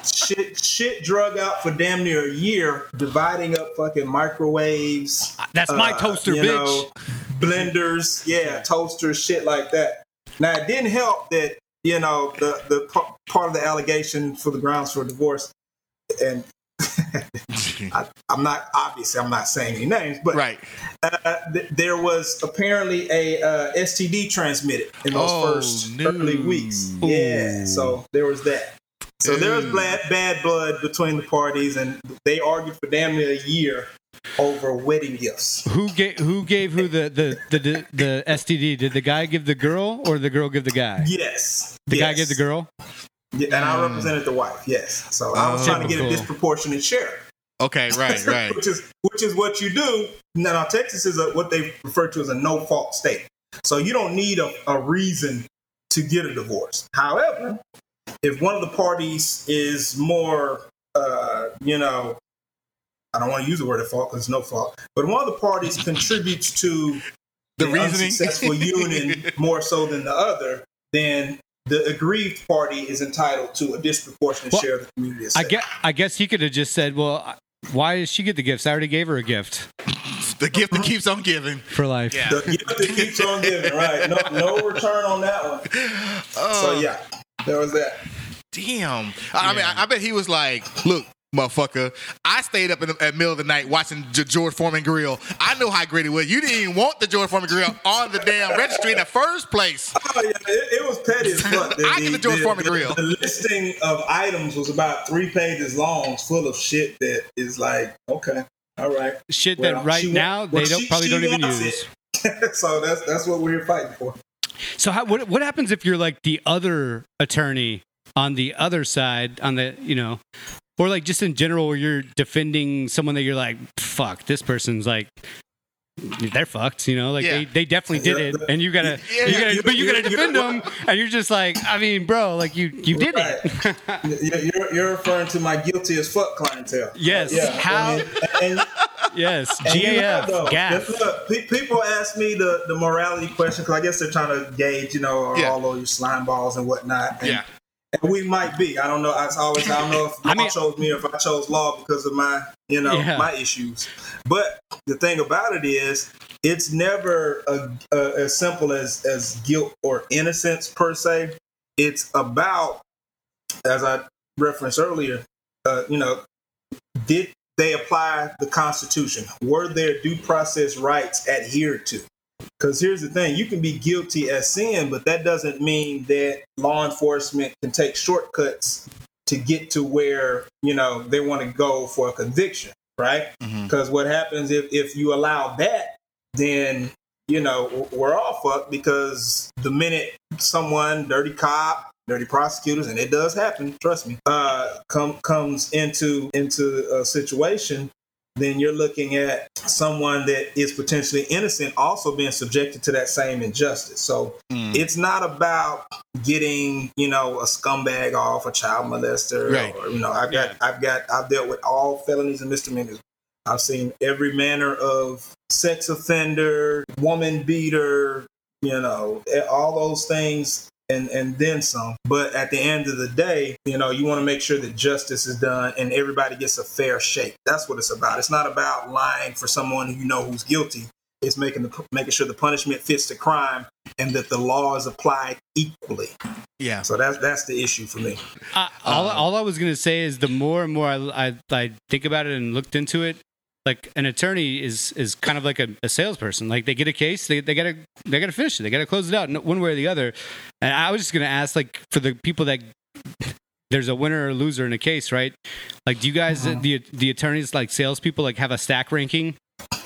D: shit, shit drug out for damn near a year, dividing up fucking microwaves.
C: That's my
D: uh,
C: toaster,
D: you
C: bitch.
D: know, blenders, yeah, toasters, shit like that. Now it didn't help that you know the the p- part of the allegation for the grounds for divorce, and [LAUGHS] I, I'm not obviously I'm not saying any names, but
A: right.
D: uh, th- there was apparently a uh, STD transmitted in those
A: Oh,
D: first early
A: no.
D: weeks.
C: Ooh.
D: Yeah, so there was that. So there was
A: Ooh.
D: bad, bad blood between the parties, and they argued for damn near a year over wedding gifts.
C: Who gave who gave who the the, the the the STD? Did the guy give the girl or the girl give the guy?
D: Yes,
C: The
D: yes.
C: guy gave the girl. Mm.
D: Yeah, and I represented the wife. Yes, so I was
A: Oh.
D: trying to get a
C: Typical.
D: disproportionate share.
A: Okay, right,
D: [LAUGHS]
A: right.
D: which is which is what you do. Now, now Texas is a, what they refer to as a no fault state, so you don't need a, a reason to get a divorce. However, if one of the parties is more, uh, you know, I don't want to use the word at fault because it's no fault, but one of the parties contributes to
A: The reasoning.
D: unsuccessful union more so than the other, then the aggrieved party is entitled to a disproportionate
C: Well,
D: share of the community.
C: I guess I guess he could have just said, "Well, I- why does she get the gifts? I already gave her a gift
A: [LAUGHS] the gift that keeps on giving.
C: for life."
A: Yeah.
D: The gift that keeps on giving, right? No, no return on that one.
A: Oh,
D: So yeah, there was that.
A: damn. I I mean, I, I bet he was like, look, motherfucker, I stayed up in the, at middle of the night watching G- George Foreman Grill. I know how great it was. You didn't even want the George Foreman Grill on the damn registry in the first place.
D: Oh yeah, it, it was petty as fuck.
A: [LAUGHS] I give it to his former
D: the,
A: grill.
D: the listing of items was about three pages long, full of shit that is like, okay, all right. [LAUGHS]
C: Shit
D: Well,
C: that right
D: she wa-
C: now
D: well,
C: they don't
D: she-
C: probably
D: she
C: don't even
D: wants it.
C: use.
D: so that's that's what we're fighting for.
C: So how, what what happens if you're like the other attorney on the other side on the you know, or like just in general where you're defending someone that you're like, fuck, this person's like. They're fucked, you know. Like
A: Yeah.
C: they, they definitely did it, and you gotta,
A: Yeah.
C: you gotta,
D: You're-
C: but you gotta
D: you're-
C: defend
D: you're-
C: them, and you're just like, I mean, bro, like you, you did it.
D: You're, you're, you're referring to my guilty as fuck clientele.
C: [LAUGHS] Yes.
D: Yeah.
C: How-
D: And, and-
C: yes,
D: and you know, though,
C: GAF,
D: just
C: GAF.
D: look, pe- people ask me the, the morality question because I guess they're trying to gauge, you know, are
A: Yeah.
D: all of you slime balls and whatnot. And
A: Yeah.
D: And we might be. I don't know. I always I don't know if
C: I
D: I
C: mean-
D: chose me or if I chose law because of my you know
C: Yeah.
D: my issues. But the thing about it is, it's never a, a, as simple as as guilt or innocence per se. It's about as I referenced earlier. Uh, you know, did they apply the Constitution? Were their due process rights adhered to? Because here's the thing you can be guilty as sin, but that doesn't mean that law enforcement can take shortcuts to get to where, you know, they want to go for a conviction, right?
A: Mhm.
D: Because what happens if, if you allow that, then, you know, w- we're all fucked because the minute someone, dirty cop, dirty prosecutors, and it does happen, trust me, uh, come comes into into a situation, then you're looking at someone that is potentially innocent also being subjected to that same injustice. So
A: Mm.
D: it's not about getting you know a scumbag off a child molester
A: Right.
D: or you know I've got I've got I've dealt with all felonies and misdemeanors. I've seen every manner of sex offender, woman beater, you know, eh, all those things and and then some. But at the end of the day, you know, you want to make sure that justice is done and everybody gets a fair shake. That's what it's about. It's not about lying for someone who you know who's guilty. It's making the making sure the punishment fits the crime and that the law is applied equally.
A: Yeah.
D: So that's that's the issue for me.
C: I, all, all I was gonna say is the more and more I, I, I think about it and looked into it, like an attorney is is kind of like a, a salesperson. Like they get a case, they, they gotta they gotta finish it, they gotta close it out no- one way or the other. And I was just gonna ask, like for the people that [LAUGHS] there's a winner or loser in a case, right? Like, do you guys the the attorneys like salespeople like have a stack ranking?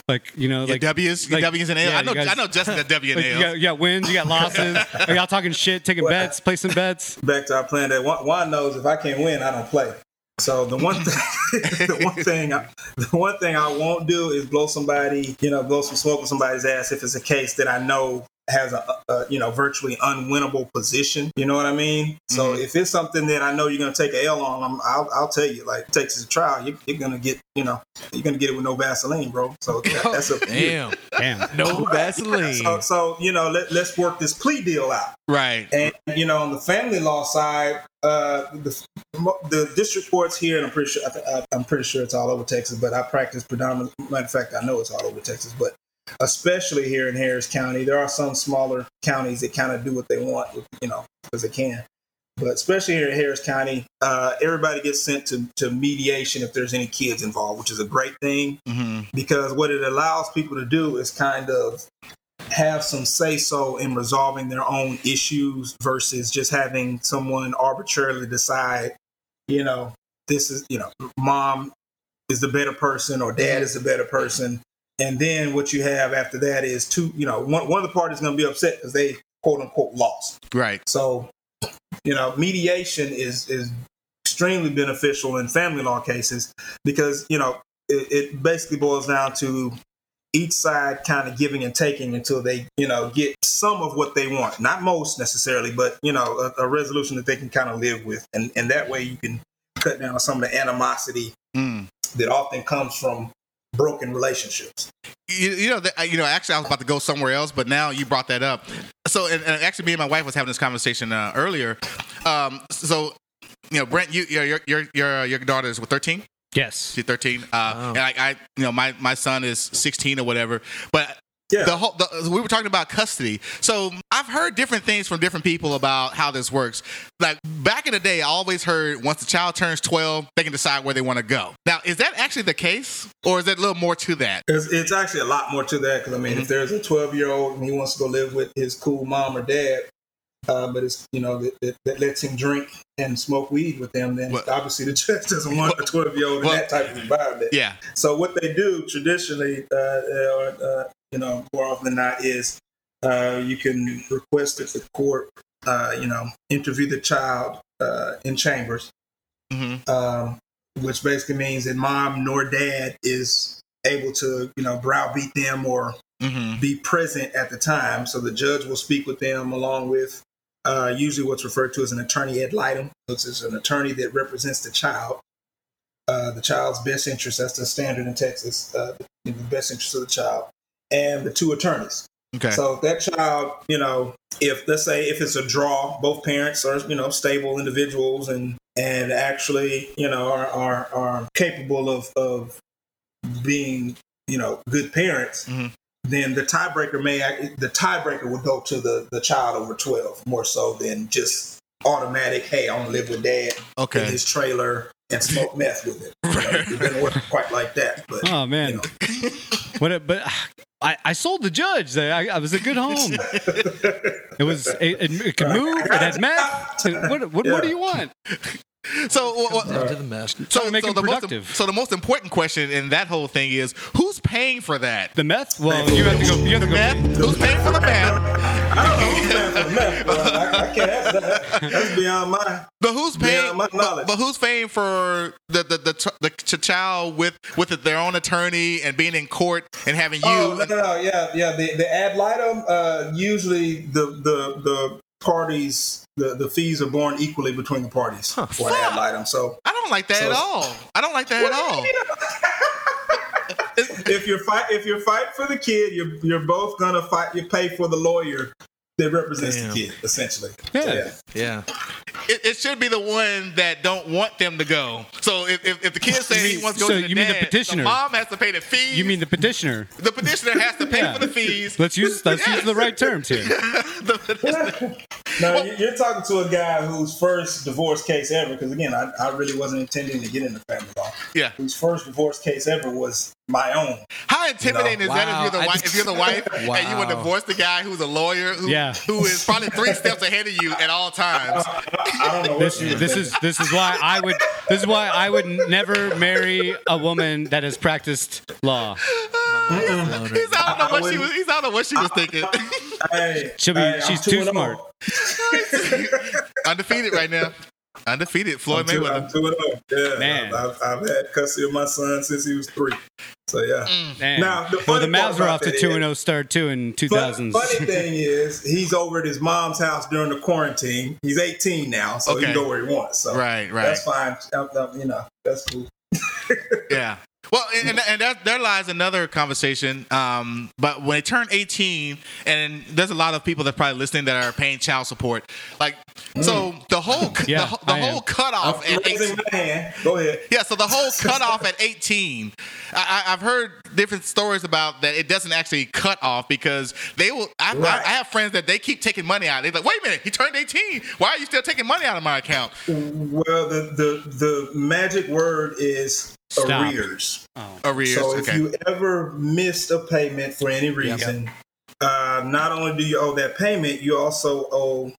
C: Like you know,
A: Your
C: like
A: W's, your
C: like-
A: W's and L's.
C: yeah,
A: I know,
C: you guys-
A: I know Justin got W and
C: [LAUGHS] like, you,
A: L's.
C: got, you got wins, you got losses. Are y'all talking shit, taking bets, placing bets?
D: back to our plan that Juan, Juan knows if I can't win, I don't play. So the one thing, [LAUGHS] the one thing, I, the one thing I won't do is blow somebody, you know, blow some smoke on somebody's ass if it's a case that I know has a, a you know virtually unwinnable position. You know what I mean? So if it's something that I know you're gonna take a L on, I'm, I'll, I'll tell you. Like takes a trial, you, you're gonna get, you know, you're gonna get it with no Vaseline, bro. So
B: Oh,
D: that, that's up to you.
A: Damn.
C: Damn.
D: [LAUGHS]
B: No Vaseline.
D: So, so you know, let, let's work this plea deal out.
A: Right.
D: And you know, on the family law side, uh, the, the district courts here, and I'm pretty sure I, I, I'm pretty sure it's all over Texas. But I practice predominantly. Matter of fact, I know it's all over Texas, but especially here in Harris County, there are some smaller counties that kind of do what they want, with, you know, because they can. But especially here in Harris County, uh, everybody gets sent to, to mediation if there's any kids involved, which is a great thing
A: hmm
D: because what it allows people to do is kind of have some say so in resolving their own issues versus just having someone arbitrarily decide, you know, this is, you know, mom is the better person or dad is the better person. And then what you have after that is two, you know, one, one of the parties going to be upset because they quote unquote lost.
A: Right.
D: So, you know, mediation is is extremely beneficial in family law cases because you know it, it basically boils down to each side kind of giving and taking until they you know get some of what they want not most necessarily but you know a, a resolution that they can kind of live with and and that way you can cut down on some of the animosity
A: Mm.
D: that often comes from broken relationships
A: You, you know, that, you know. Actually, I was about to go somewhere else, but now you brought that up. So, and, and actually, me and my wife was having this conversation uh, earlier. Um, so, you know, Brent, you your your your uh, your daughter is what thirteen.
C: Yes.
A: She's 13. Uh, And I, I, you know, my, my son is 16 or whatever. But
D: Yeah.
A: the whole the, we were talking about custody. So I've heard different things from different people about how this works. Like back in the day, I always heard once the child turns 12, they can decide where they want to go. Now, is that actually the case, or is there a little more to that?
D: It's, it's actually a lot more to that because I mean, if there's a 12 year old and he wants to go live with his cool mom or dad, uh, but it's you know that, that, that lets him drink and smoke weed with them, then
A: Well-
D: obviously the [LAUGHS] judge doesn't want a 12 year old in
A: well-
D: that type of environment.
A: Yeah.
D: So what they do traditionally, uh, uh, uh, you know, more often than not, is uh, you can request that the court, uh, you know, interview the child uh, in chambers
A: hmm
D: um, which basically means that mom nor dad is able to, you know, browbeat them or
A: hmm
D: be present at the time. So the judge will speak with them along with uh, usually what's referred to as an attorney ad litem, which is an attorney that represents the child, uh, the child's best interest. That's the standard in Texas, uh, the best interest of the child, and the two attorneys.
A: Okay.
D: So if that child, you know, if let's say if it's a draw, both parents are you know stable individuals and and actually you know are are, are capable of of being you know good parents.
A: Mhm.
D: Then the tiebreaker may act- the tiebreaker would go to the the child over twelve more so than just automatic. Hey, I want to live with dad in
A: okay.
D: his trailer and smoke meth with it. You know, it
A: [LAUGHS]
D: didn't work quite like that, but
C: Oh
D: [LAUGHS]
C: man. what a, but ah, I, I sold the judge. I, I was a good home. it was it, it, it could move. It had meth. It- What, what more do you want?
A: So, wha- wha-
B: Down to the mess.
A: so,
C: to make
A: so
C: him
A: the
C: productive.
A: Most, so the most important question in that whole thing is who's paying for that?
C: The meth? Well, you have to go. You have to go.
A: Meth? Who's paying for the meth?
D: I don't know who's paying for the meth, bro. I, I can't answer that. That's beyond my.
A: But who's
D: Beyond
A: paying?
D: my
A: But,
D: knowledge.
A: but who's paying for the the the, t- the ch- child with with their own attorney and being in court and having you?
D: Oh, no, no, no, yeah, yeah. The the ad litem, uh, usually the the the parties, the the fees are borne equally between the parties for an ad litem. So
A: I don't like that at
D: So-
A: all. I don't like that at all.
D: if you're fight if you're fighting for the kid, you're you're both gonna fight. You pay for the lawyer that represents
B: Damn.
D: the kid, essentially.
C: Yeah.
B: Yeah.
A: It, it should be the one that don't want them to go. So if, if, if the kid says he
C: mean-
A: wants to go
C: so
A: to the
C: you mean the
A: dad,
C: petitioner.
A: mom has to pay the fees.
C: You mean the petitioner?
A: the petitioner has to pay
C: Yeah.
A: for the fees?
C: Let's use let's use the right terms here.
D: Now you- you're talking to a guy whose first divorce case ever, because again, I, I really wasn't intending to get into family law.
A: [LAUGHS] Yeah.
D: Whose first divorce case ever was my own.
A: How intimidating
D: No.
A: is that if you're the
B: Wow.
A: wife? If you're the wife and you would
B: Wow.
A: divorce the guy who's a lawyer, who,
C: Yeah.
A: who is probably three steps ahead of you at all
C: [LAUGHS]
A: times.
D: I don't know. what
C: This
D: you were
C: this
D: thinking.
C: is this is why I would this is why I would never marry a woman that has practiced law.
A: He's I don't know what she
D: wouldn't-
A: was. He's I don't know what she was thinking.
D: [LAUGHS] Hey,
C: She'll be
D: hey, I'm
C: she's
D: two
C: too
D: and oh.
C: smart.
A: [LAUGHS] Undefeated right now. Undefeated Floyd
D: I'm two-
A: Mayweather.
D: I'm two and oh. Yeah,
C: Man.
D: I've, I've had custody of my son since he was three. So yeah.
C: Damn.
D: Now, the
C: well,
D: funny
C: the Mavs
D: part
C: were
D: about
C: off to
D: that
C: two
D: is-
C: and zero start too in two
D: But
C: thousands.
D: funny thing is, he's over at his mom's house during the quarantine. He's 18 now, so he
A: Okay.
D: can go where he wants. So
A: Right, right.
D: that's fine. I'm- I'm- you know, that's cool.
A: Yeah. Well, and, and, and that, there lies another conversation. Um, but when they turn 18, and there's a lot of people that probably listening that are paying child support. Like, so the whole
C: Yeah,
A: the, whole- the
C: I am.
A: whole cutoff at 18,
D: Mm. Raising my hand. Go ahead.
A: yeah, so the whole cutoff at 18, I, I, I've heard different stories about that it doesn't actually cut off because they will. I, I,
D: Right.
A: I have friends that they keep taking money out. They're like, wait a minute, he turned 18. Why are you still taking money out of my account?
D: Well, the the the magic word is
C: Stop.
D: arrears.
A: Arrears.
D: So if
A: okay.
D: you ever missed a payment for any reason, uh, not only do you owe that payment, you also owe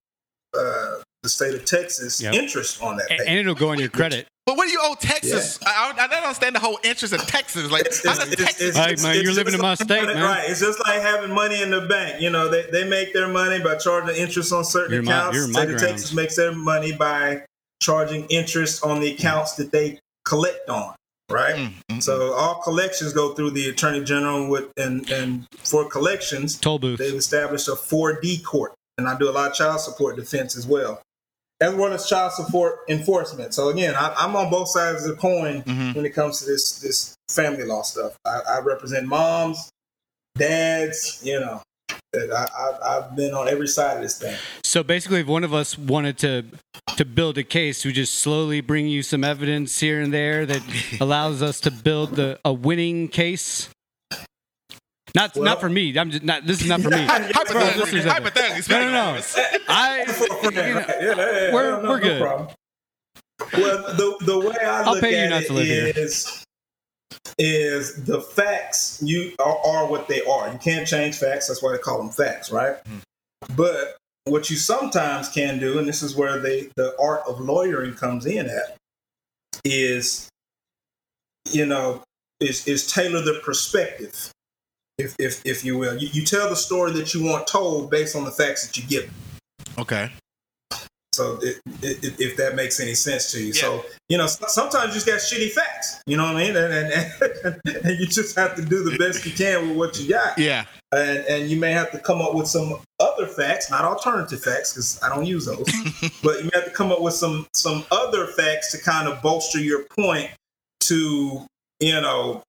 D: uh, the state of Texas
C: Yep.
D: interest on that
C: and,
D: payment.
C: and it'll go on your credit.
A: But what do you owe Texas? I, I, I don't understand the whole interest of Texas. Like,
D: It's-
A: how
D: it's-
A: does
D: it's-
A: Texas?
D: it's-
C: Hey,
D: it's-
C: man,
D: it's
C: you're living
D: just
C: in my
D: like
C: state,
D: money-
C: man.
D: Right. It's just like having money in the bank. You know, they, they make their money by charging interest on certain
C: You're my-
D: accounts.
C: you're
D: The
C: my
D: State of
C: ground.
D: Texas makes their money by charging interest on the accounts that they collect on. Right.
A: Mm, mm,
D: So all collections go through the attorney general with and and for collections,
C: Toll booth.
D: they've established a 4D court, and I do a lot of child support defense as well, as well as child support enforcement. So again, I, I'm on both sides of the coin
A: Mhm.
D: when it comes to this this family law stuff. I, I represent moms, dads, you know. I, I, I've been on every side of this thing.
C: So basically, if one of us wanted to to build a case, we just slowly bring you some evidence here and
B: [LAUGHS]
C: there that allows us to build the, a winning case. Not
D: Well-
C: not for me. I'm just not. This is not for
D: [LAUGHS]
C: me.
A: hypothetically,
C: listeners out there.
A: hypothetically
C: No,
A: speaking,
C: no, no. [LAUGHS] I.
D: Yeah, yeah, yeah,
C: we're-
D: no, no,
C: we're
D: no
C: good.
D: problem. Well, the the way I
C: I'll
D: look
C: pay you
D: at
C: not
D: it
C: to live here.
D: is is the facts you are, are what they are. You can't change facts. That's why they call them facts, right? But what you sometimes can do, and this is where they, the art of lawyering comes in at, is you know is is tailor the perspective, if if if you will. You, you tell the story that you want told based on the facts that you give.
A: Okay.
D: So it, it, it- if that makes any sense to you,
A: Yeah.
D: so you know so- sometimes you just got shitty facts. You know what I mean, and, and, and, [LAUGHS] and you just have to do the best you can with what you got,
A: Yeah.
D: and and you may have to come up with some other facts, not alternative facts, because I don't
A: [LAUGHS]
D: use those. but you may have to come up with some some other facts to kind of bolster your point to you know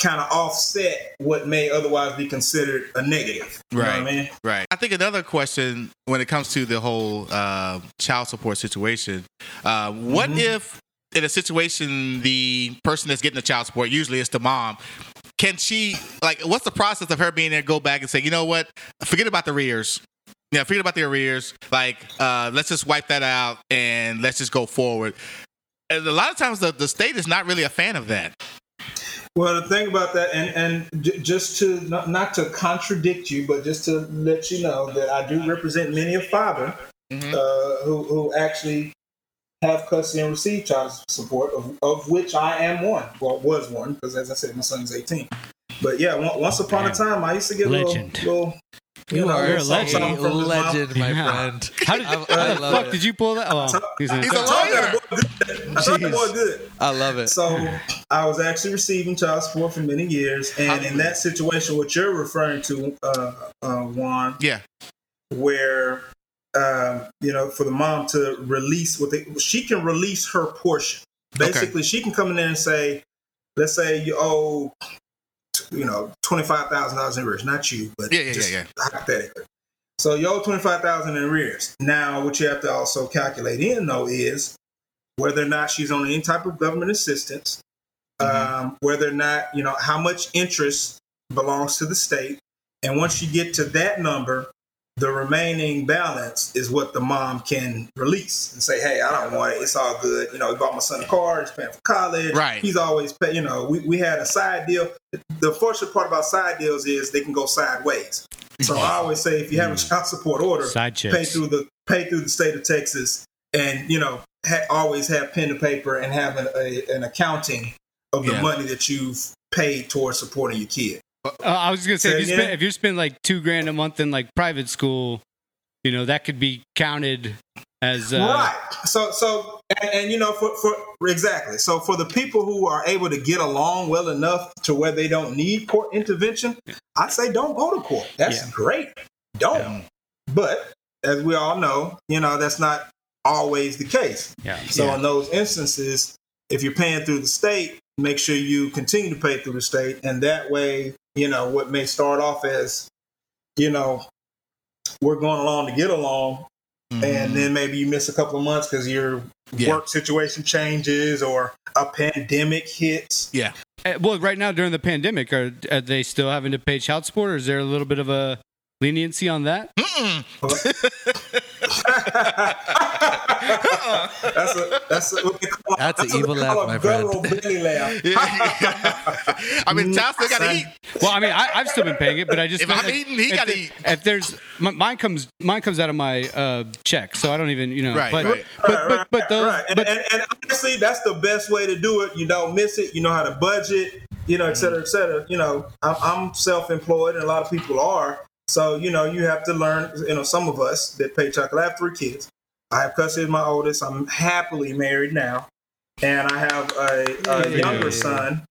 D: kind of offset what may otherwise be considered a negative. You know
A: Right.
D: what I mean?
A: Right. I think another question when it comes to the whole uh, child support situation, uh, what if in a situation the person that's getting the child support, usually it's the mom, can she like what's the process of her being there? Go back and say, you know what? Forget about the rears. Yeah, forget about the arrears. Like, uh, let's just wipe that out and let's just go forward. And a lot of times, the, the state is not really a fan of that.
D: Well, the thing about that, and and j- just to not, not to contradict you, but just to
C: Mm-hmm.
D: let you know that I do represent many a father uh, who who actually have custody and receive child support, of, of which I am one. Well, was one because, as I said, my son's 18. But yeah, on- once upon a
C: Damn.
D: time, I used to get
C: Legend.
D: a little, little you know,
C: are a
D: little
C: legend.
D: something from his mom.
B: legend, my
C: Yeah.
B: friend.
C: How did,
B: I-
C: how
B: I
C: the
B: love
C: fuck
B: it.
C: did you pull that? Oh, well, he's, in
A: He's a
D: I told that
A: lawyer.
D: boy good. I told that boy
C: Jeez.
D: good.
B: I love it.
D: So I was actually receiving child support for many years, and in that situation, what you're referring to, uh, uh, Juan,
A: Yeah.
D: where um, you know, for the mom to release what they, she can release her portion.
A: Okay.
D: Basically, she can come in there and say, let's say you owe, you know, twenty five thousand dollars in arrears, not you, but
A: Yeah, yeah,
D: just
A: yeah,
D: hypothetically. So you owe twenty five thousand in arrears. Now, what you have to also calculate in though is whether or not she's on any type of government assistance, um, whether or not you know how much interest belongs to the state, and once you get to that number, the remaining balance is what the mom can release and say, "Hey, I don't want it. It's all good. You know, he bought my son a car. He's paying for college.
A: Right.
D: He's always pay. You know, we, we had a side deal. The fortunate part about side deals is they can go sideways. So I always say, if you have a child support order,
C: Side
D: pay
C: chicks.
D: through the pay through the state of Texas, and you know, ha- always have pen to paper and have an, a, an accounting of the
A: Yeah.
D: money that you've paid towards supporting your kid.
C: Uh, I was gonna say,
D: Say
C: if you,
D: again?
C: spend, if you spend like two grand a month in like private school, you know that could be counted as uh,
D: right. So so and, and you know for, for exactly. So for the people who are able to get along well enough to where they don't need court intervention, I say don't go to court. That's
C: Yeah.
D: great. Don't. But as we all know, you know that's not always the case.
C: yeah.
D: So in those instances, if you're paying through the state, make sure you continue to pay through the state, and that way, you know what may start off as, you know, we're going along to get along,
A: Mm-hmm.
D: and then maybe you miss a couple of months because your
A: Yeah.
D: work situation changes or a pandemic hits.
A: [LAUGHS] Yeah.
C: Uh, Well, right now during the pandemic, are, are they still having to pay child support, or is there a little bit of a leniency on that?
A: Mm-mm.
D: that's a that's a, what they call,
B: That's an
D: what
B: evil
D: they
B: laugh,
D: call a
B: my friend.
D: guttural belly laugh.
A: Yeah. I mean, John still got to eat.
C: Well, I mean, I, I've still been paying it, but I just
A: If
C: feel
A: I'm eating, he
C: if
A: gotta
C: the-
A: eat.
C: If there's my, mine comes mine comes out of my uh, check, so I don't even you know.
A: Right,
C: but,
A: right.
C: but
D: Right,
C: but but
D: right,
C: those
D: right. And,
C: but
D: and, and honestly, that's the best way to do it. You don't miss it. You know how to budget. You know, et cetera, et cetera. You know, I'm, I'm self-employed, and a lot of people are. So you know, you have to learn. You know, some of us that pay chocolate. I have three kids. I have custody of my oldest. I'm happily married now, and I have a, a
C: Yay.
D: younger son.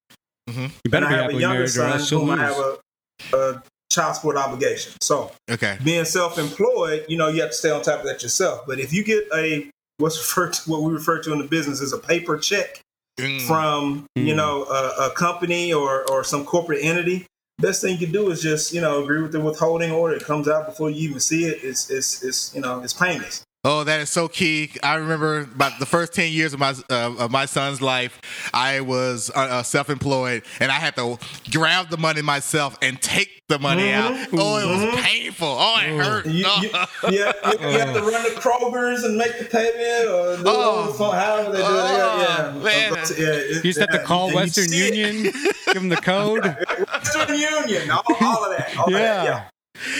C: you better be
D: and I have a
C: happily
D: younger
C: married, or
D: son
C: else you'll
D: whom I
C: lose.
D: have a, a child support obligation. So
A: Okay.
D: being self-employed, you know, you have to stay on top of that yourself. But if you get a what's referred to, what we refer to in the business as a paper check
A: Mm.
D: from you
C: Mm.
D: know a, a company or or some corporate entity, best thing you can do is just you know agree with the withholding order. It comes out before you even see it. It's it's it's you know it's painless.
A: Oh, that is so key. I remember about the first 10 years of my uh, of my son's life, I was uh, uh, self-employed and I had to grab the money myself and take the money out. Oh, it was painful. Oh, it hurt.
D: Mm-hmm. You,
A: [LAUGHS] Oh.
D: you, yeah, you, you have to run to Kroger's and make the payment, or do
A: Mm. Oh.
D: it over the phone, however they do
A: Oh,
D: it. Yeah, yeah.
A: man.
D: yeah it-
C: You just have to
D: yeah,
C: call
D: and you
C: Western
D: see it.
C: Union, give
D: [LAUGHS]
C: them the code.
D: Western Union, all, all of that. All Of that, yeah.
C: Yeah.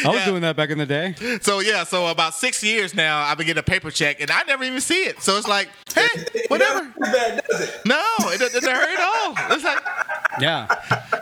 C: I was
A: Yeah.
C: doing that back in the day.
A: [LAUGHS] So yeah, so about six years now, I've been getting a paper check, and I never even see it. So it's like, hey,
D: [LAUGHS]
A: whatever.
D: It's bad, does it?
A: No, it doesn't hurt at all. It's like
C: Yeah.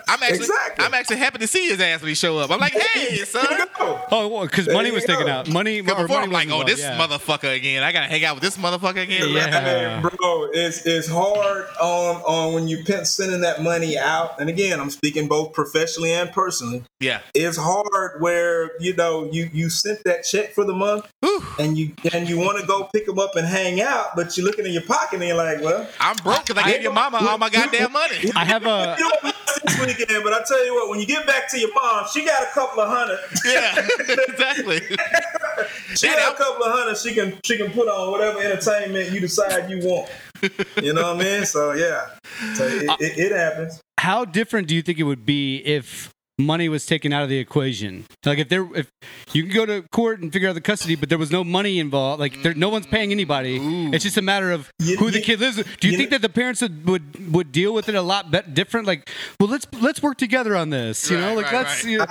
A: I'm actually,
D: Exactly.
A: I'm actually happy to see his ass when he show up. I'm like,
D: [LAUGHS]
A: hey, son.
D: There you go.
C: Oh, because
D: There
C: money
D: you
C: was taken
D: go.
C: out. Money.
A: But
C: or
A: before
C: money
A: I'm like,
C: was
A: oh,
C: involved,
A: this
C: yeah.
A: motherfucker again. I gotta hang out with this motherfucker again.
C: Yeah.
D: Hey, bro, it's it's hard on on when you pin sending that money out. And again, I'm speaking both professionally and personally.
A: Yeah.
D: It's hard where you know you you sent that check for the month,
A: Whew.
D: and you and you want to go pick them up and hang out, but you're looking in your pocket and you're like, well,
A: I'm broke because I gave your mama all my goddamn
C: [LAUGHS]
A: money.
C: I have a.
D: you don't miss this weekend. But I tell you what, when you get back to your mom, she got a couple of hundred.
A: Yeah, [LAUGHS] exactly.
D: She got a couple of hundred she can she can put on whatever entertainment you decide you want. You know what I mean? So yeah, so it, it, it happens.
C: how different do you think it would be if money was taken out of the equation? Like if there, if you can go to court and figure out the custody, but there was no money involved. Like there, no one's paying anybody. It's just a matter of
D: You-
C: who the
D: you-
C: kid lives with. Do you,
D: you
C: think
D: know-
C: that the parents would would, would deal with it a lot bet different? Like, well, let's let's work together on this. You know,
A: Right,
C: like
A: right,
C: let's.
A: right.
C: you know-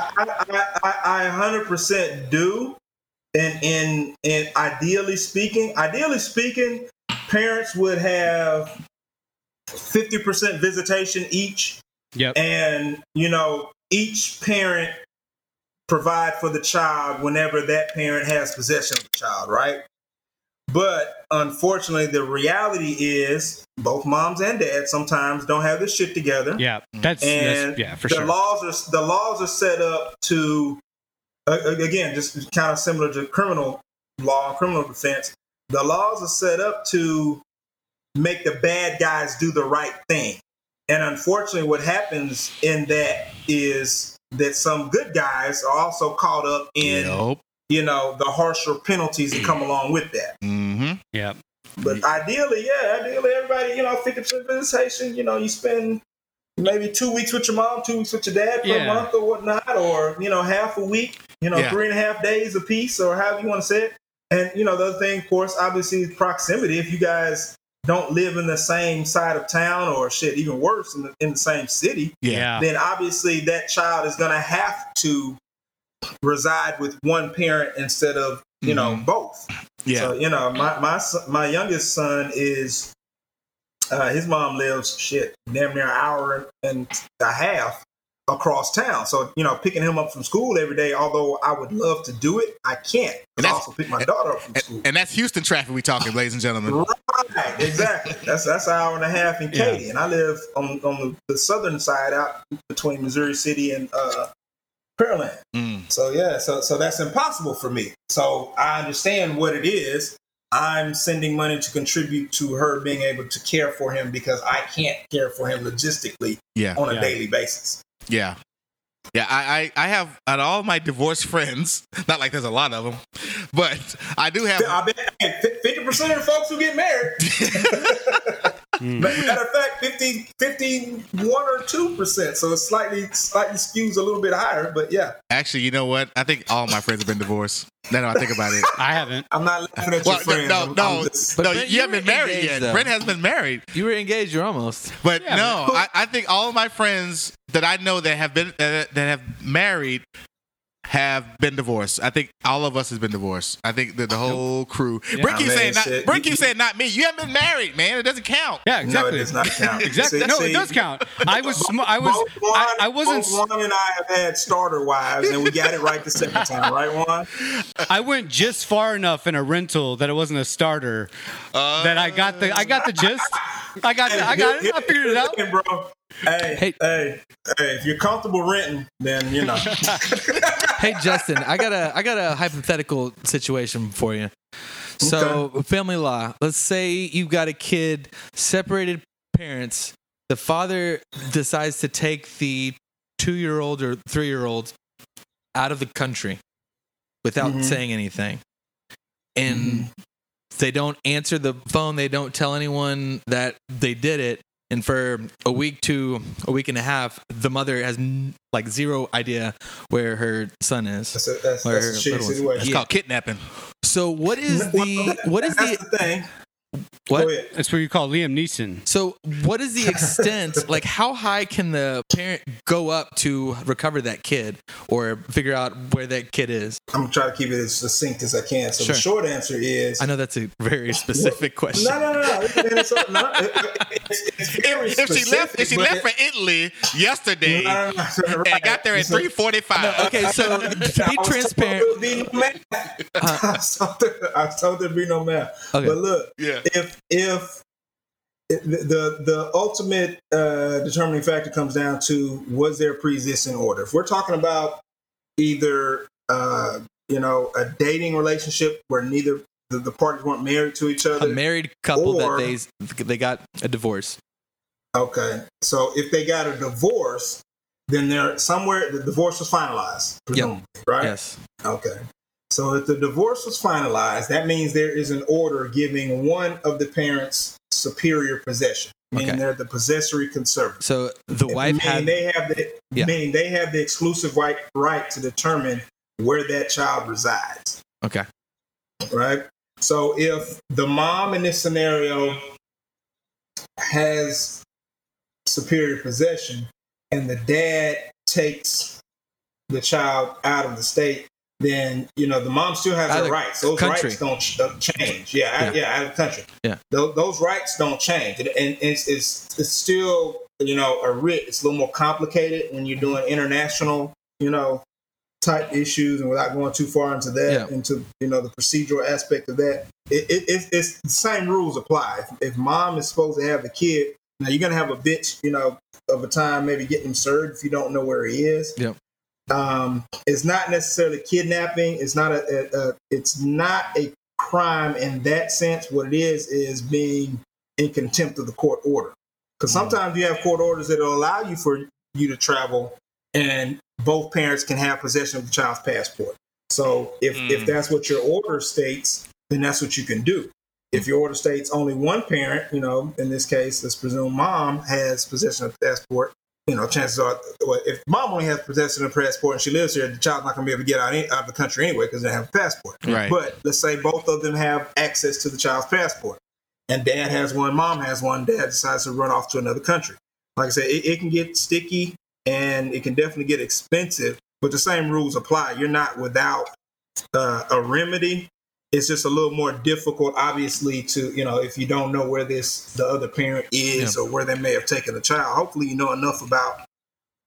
D: I hundred percent do, and and and ideally speaking, ideally speaking, parents would have 50% visitation each
C: Yep.
D: and you know each parent provide for the child whenever that parent has possession of the child right but unfortunately the reality is both moms and dads sometimes don't have this shit together
C: Yeah. That's,
D: and
C: that's yeah for
D: the
C: sure.
D: laws are the laws are set up to uh, again just kind of similar to criminal law and criminal defense the laws are set up to make the bad guys do the right thing and unfortunately what happens in that is that some good guys are also caught up in
A: Yup.
D: you know the harsher penalties that come along with that
A: Mm-hmm.
C: yeah.
D: but ideally, yeah, ideally, everybody, you know, 50% visitation, you know, you spend maybe two weeks with your mom, two weeks with your dad per
C: Yeah.
D: month or whatnot, or, you know, half a week, you know,
A: Yeah.
D: three and a half days a piece, or however you want to say it. And, you know, the other thing, of course, obviously, is proximity. If you guys don't live in the same side of town or shit, even worse, in the, in the same city,
C: Yeah.
D: then obviously that child is going to have to reside with one parent instead of, you know, both.
A: Mm-hmm. Yeah.
D: So you know, my my son- my youngest son is uh, his mom lives shit damn near an hour and a half across town. So you know, picking him up from school every day, although I would love to do it, I can't. 'cause I
A: That's-
D: also pick my daughter up from school.
A: and that's Houston traffic we talking, ladies and gentlemen.
D: Right, exactly. That's that's an hour and a half in
C: Yeah.
D: Katy, and I live on on the, the southern side, out between Missouri City and uh, Pearland.
A: Mm.
D: So yeah, so so that's impossible for me. So I understand what it is. I'm sending money to contribute to her being able to care for him because I can't care for him logistically
A: Yeah.
D: on a
C: Yeah.
D: daily basis.
A: Yeah. Yeah, I, I, I have out of all my divorced friends, [LAUGHS] not like there's a lot of them, but I do have
D: I bet fifty percent of the folks who get
C: [LAUGHS]
D: married. Matter of fact, 50, 51 or two percent. So it's slightly slightly skews a little bit higher, but yeah,
A: actually, you know what? I think all my friends have been divorced. Now that I think about it.
C: I haven't.
D: I'm not laughing at
A: Well,
D: your
A: no,
D: friends.
A: no,
D: I'm-
A: no,
D: I'm just-
A: no,
B: But Brent,
A: you
B: you
A: haven't been
B: were
A: married
B: engaged,
A: yet.
B: though.
A: Brent has been married.
B: You were engaged. You're almost.
A: But
C: Yeah,
A: no, I, I think all of my friends that I know that have been uh, that, that have married have been divorced. I think all of us has been divorced. I think that the whole crew. Brent
D: I
A: keeps
D: mean,
A: saying, not,
D: shit.
A: Brent keeps saying, not me. You haven't been married, man. It doesn't count.
C: Yeah. Exactly.
D: No, it does not count.
C: [LAUGHS] Exactly.
D: See-
C: no,
D: see,
C: it does count. I was. Sm- I was.
D: both Juan,
C: I, I wasn't. s-
D: Both Juan and I have had starter wives, and we got it right
C: [LAUGHS]
D: the second time, right, Juan?
C: I went just far enough in a rental that it wasn't a starter. that I got the. I got the gist. I got. The, I got it. I figured it out.
D: Hey, bro. Hey, hey,
B: Hey.
D: hey, if you're comfortable renting, then
C: [LAUGHS]
D: you know.
B: Hey Justin, I got a I got a hypothetical situation for you. So family law. Let's say you've got a kid, separated parents. The father decides to take the two year old or three year old out of the country without
D: Mhm.
B: saying anything. And they don't answer the phone, they don't tell anyone that they did it. And for a week to a week and a half, the mother has n- like zero idea where her son is.
D: that's a, that's,
B: Or
D: that's a
B: her
D: shitty
B: little ones.
A: It's
D: situation.
B: Yeah.
A: called kidnapping.
B: So what
D: [LAUGHS]
B: is
D: Well,
B: the what is
D: that's
B: the
D: the, thing? Go
B: what?
D: ahead.
C: That's what you call Liam Neeson.
B: So what is the
D: [LAUGHS]
B: extent? Like how high can the parent go up to recover that kid or figure out where that kid is?
D: I'm gonna try to keep it as succinct as I can. So
B: Sure.
D: the short answer is.
B: I know that's a very specific question.
D: no, no, no, no. It's, it's, no, it- it- it's,
B: [LAUGHS]
D: it's very
A: If, if she left, if she
D: specific,
A: left
D: but
A: for Italy yesterday
D: it- no, [LAUGHS] no, no,
A: and got there at
D: So-
A: three forty-five,
B: Ah, Okay,
D: [LAUGHS]
B: so to be
D: I was
B: transparent, Uh-huh.
D: Told there would be no math. [LAUGHS] I, was told there, I was told there'd be no math.
B: Okay.
D: But look,
A: Yeah.
D: if if the the, the ultimate uh, determining factor comes down to was there a pre-existing order. If we're talking about either uh, you know a dating relationship where neither the, the parties weren't married to each
B: a
D: other.
B: married couple
D: Or-
B: that they they got a divorce.
D: okay, so if they got a divorce, then they're somewhere the divorce was finalized, presumably, right?
B: Yes.
D: Okay. So if the divorce was finalized, that means there is an order giving one of the parents superior possession, meaning
B: Okay.
D: they're the possessory conservator.
B: So the wife
D: meaning
B: had
D: they have the
B: Yeah.
D: meaning they have the exclusive right right to determine where that child resides,
B: okay.
D: right? So if the mom in this scenario has superior possession and the dad takes the child out of the state then you know the mom still has
B: Out
D: her
B: of
D: rights. Those
B: country.
D: rights don't, ch- don't change. Yeah, out-
B: Yeah.
D: yeah, out of country.
B: Yeah.
D: Tho- those rights don't change, and, and it's, it's it's still you know a writ. It's a little more complicated when you're doing international, you know, type issues, and without going too far into that,
B: Yeah.
D: into you know the procedural aspect of that. It, it, it's it's the same rules apply. If, if mom is supposed to have the kid, now you're gonna have a bitch, you know, of a time maybe getting him served if you don't know where he is.
B: Yep.
D: Um, it's not necessarily kidnapping. It's not a, a, a it's not a crime in that sense. What it is is being in contempt of the court order. Because sometimes you have court orders that will allow you for you to travel, and both parents can have possession of the child's passport. So if if
A: Mm.
D: that's what your order states, then that's what you can do. If your order states only one parent, you know, in this case, let's presume mom has possession of the passport. You know, chances are, well, if mom only has possession of the passport and she lives here, the child's not going to be able to get out, any, out of the country anyway because they have a passport.
A: Right.
D: But let's say both of them have access to the child's passport, and dad has one, mom has one. Dad decides to run off to another country. Like I said, it, it can get sticky and it can definitely get expensive. But the same rules apply. You're not without uh, a remedy. It's just a little more difficult, obviously, to you know if you don't know where this the other parent is or where they may have taken the child. Hopefully, you know enough about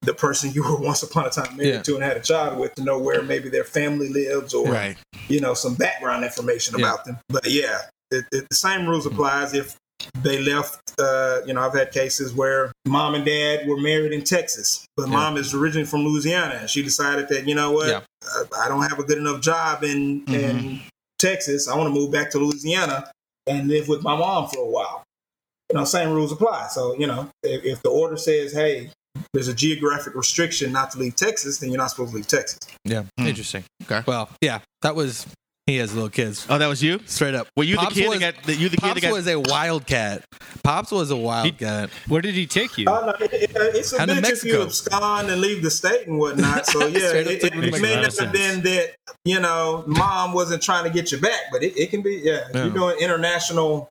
D: the person you were [LAUGHS] once upon a time married
B: Yeah.
D: to and had a child with to know where maybe their family lives or
A: Right.
D: you know some background information
B: Yeah. Mm-hmm.
D: about them. But yeah, it, it, the same rules applies if they left. Uh, you know, I've had cases where mom and dad were married in Texas, but
B: Yeah.
D: mom is originally from Louisiana, and she decided that you know what,
B: Yeah. Mm-hmm.
D: uh, I don't have a good enough job in in Texas. I want to move back to Louisiana and live with my mom for a while. You know, same rules apply. So you know, if, if the order says, hey. There's a geographic restriction not to leave Texas, then you're not supposed to leave Texas.
B: Yeah.
A: Hmm.
B: Interesting.
A: Okay.
B: Well, yeah, that was he has little kids.
A: Oh, that was you.
B: Straight up.
A: Were you
B: Pops
A: the kid
B: was-
A: that got? The, you the kid
B: Pops
A: that got?
B: was a wildcat. Pops was
A: [COUGHS]
B: a wildcat.
C: Where did he take you?
D: Oh, no, it, it, it's a
B: Out of
D: bitch if
B: Mexico.
D: you abscond and leave the state and whatnot. So yeah,
B: Straight up
D: it, it,
B: took him to
D: it may not
C: McDonald's.
D: have been that you know mom wasn't trying to get you back, but it, it can be. Yeah, if
B: Yeah.
D: you're doing international.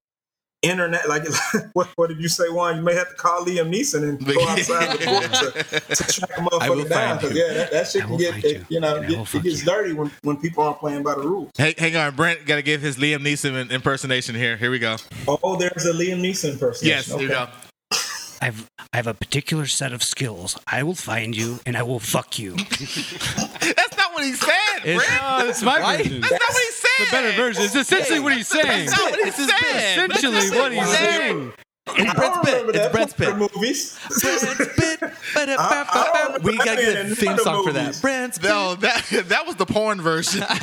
D: Internet, like [LAUGHS] what? What did you say, Juan? You may have to call Liam Neeson and go outside the court to, to track a
B: I will
D: motherfucker down
B: find
D: because
B: you.
D: yeah, that, that shit
C: I
D: can
C: will
D: get
C: find
D: it,
C: you,
D: you know
C: and I will
D: get,
C: fuck
D: it gets
C: you.
D: dirty when when people aren't playing by the rules.
A: Hey, hang on, Brent. Got to give his Liam Neeson in- impersonation here. Here we go.
D: Oh, there's a Liam Neeson person.
A: Yes, there you go.
C: I've I have a particular set of skills. I will find you and I will fuck you.
A: That's not what he said,
B: It's-
A: Brent.
C: [LAUGHS] Oh, that's my
B: Why?
C: version.
A: That's not what he said.
C: the better version. It's essentially what he's saying.
A: That's not what he
B: This is
A: said. That's
C: essentially
A: not
C: what
A: he
C: he's
A: said.
C: saying.
B: It's Brett's Pitt. It's Brett's Pitt.
D: Movies. [LAUGHS]
B: Brent's Pit.
D: I don't remember
B: We gotta
D: that
B: get
D: in
B: a theme
D: other
B: song for that.
D: movies.
B: Brent's Pit.
A: No, [LAUGHS] that that was the porn [LAUGHS] version.
C: Yeah,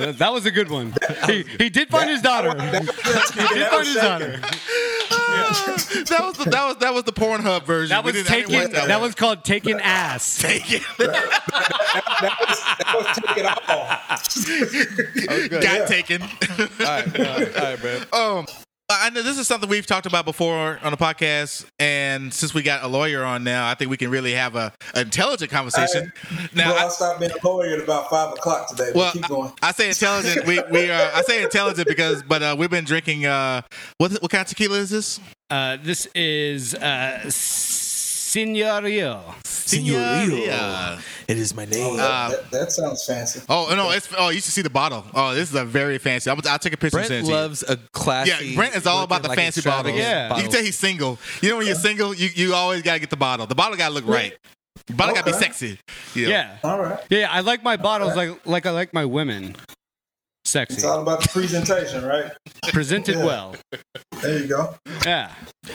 C: that, that was a good one. He, he did find his daughter. [LAUGHS] He did
D: That
C: find
D: was
C: his
D: shaking.
C: daughter.
A: that was the that was that was the Pornhub version.
C: That
A: We
C: was
A: didn't- I didn't watch
C: taken. That was called taken ass.
A: [LAUGHS] taken.
D: that was, that was taking off.
A: Got taken. [LAUGHS] Um, I know this is something we've talked about before on the podcast, and since we got a lawyer on now, I think we can really have a intelligent conversation. now,
D: well,
A: I-
D: I stopped being a lawyer at about five o'clock today. But
A: Well,
D: keep going.
A: I, I say intelligent. we we are. I say intelligent because, but uh, we've been drinking. Uh, what what kind of tequila is this?
C: Uh, this is uh, Signorio.
B: Signorillo. It is my name.
A: uh,
D: that, that sounds fancy.
A: Oh no, it's oh you should see the bottle. Oh, this is a very fancy. I'll, I'll take a picture. and send
B: Brent
A: it to you.
B: loves a classy.
A: Yeah, Brent is all about the
B: looking, like,
A: fancy bottles.
B: extravagant
C: Yeah.
A: You can tell he's single. You know when you're single, you, you always gotta get the bottle. The bottle gotta look right. The bottle gotta be
D: Okay.
A: sexy. You know.
C: Yeah.
D: All right.
C: Yeah, I like my bottles like like I like my women.
D: It's
C: Sexy.
D: all about the presentation, right?
C: Presented
D: Yeah.
C: well.
D: There you go.
C: Yeah.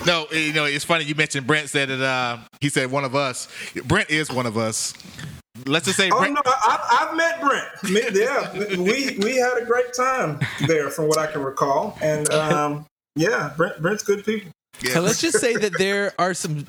A: No, eh, you know it's funny. You mentioned Brent said that. Uh, he said one of us. Brent is one of us. Let's just say
D: Oh
A: Brent.
D: no, I, I've met Brent. Me- Yeah, we we had a great time there, from what I can recall. And um, yeah, Brent, Brent's good people.
B: So let's just say that there are some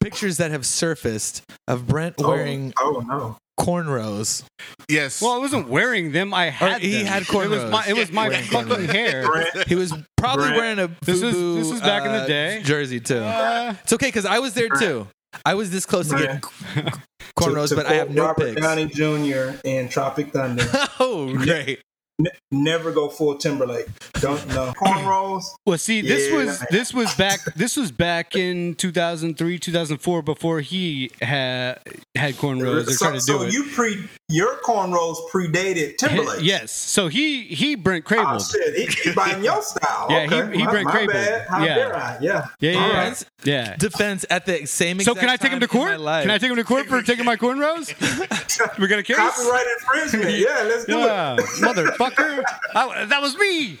B: pictures that have surfaced of Brent
D: Oh,
B: wearing
D: oh no,
B: cornrows.
A: Yes.
C: Well, I wasn't wearing them. I had.
B: he
C: them.
B: had
C: It was
B: cornrows.
C: my. It was my
B: Wearing
C: fucking
D: [LAUGHS]
C: hair.
D: Brent.
B: He was probably
D: Brent.
B: wearing a
C: This is-
B: FUBU,
C: this is back in the
B: uh,
C: day.
B: jersey too.
C: Uh,
B: it's okay because I was there too. I was this close to getting
D: Brent.
B: cornrows,
D: To- to
B: but I have
D: quote
B: no
D: Robert
B: pics.
D: Downey Jr. in Tropic Thunder.
B: [LAUGHS] oh, great!
D: N- never go full Timberlake. Don't know cornrows.
C: well, see, this
D: Yeah.
C: was this was back this was back in 2003, 2004, before he had had cornrows or
D: So,
C: tried to do
D: so
C: it.
D: you pre your cornrows predated Timberlake.
C: Yes. So he he Brent
D: Oh,
C: Crabled.
D: shit. He, he buying your style.
C: Yeah, he-
D: Okay.
C: he
D: My-
C: Brent
D: my
C: Crable.
D: bad. How
C: Yeah.
D: dare I? Yeah.
C: Yeah, yeah, yeah.
B: Alright.
C: yeah.
B: defense at the same
C: So
B: exact
C: can I take him to
B: time in my
C: court?
B: life.
C: Can I take him to court for taking my cornrows?
D: [LAUGHS]
C: We're gonna kiss.
D: Copyright
C: [LAUGHS]
D: infringement. Yeah, let's do [LAUGHS]
C: Yeah, motherfucker. I- that was me.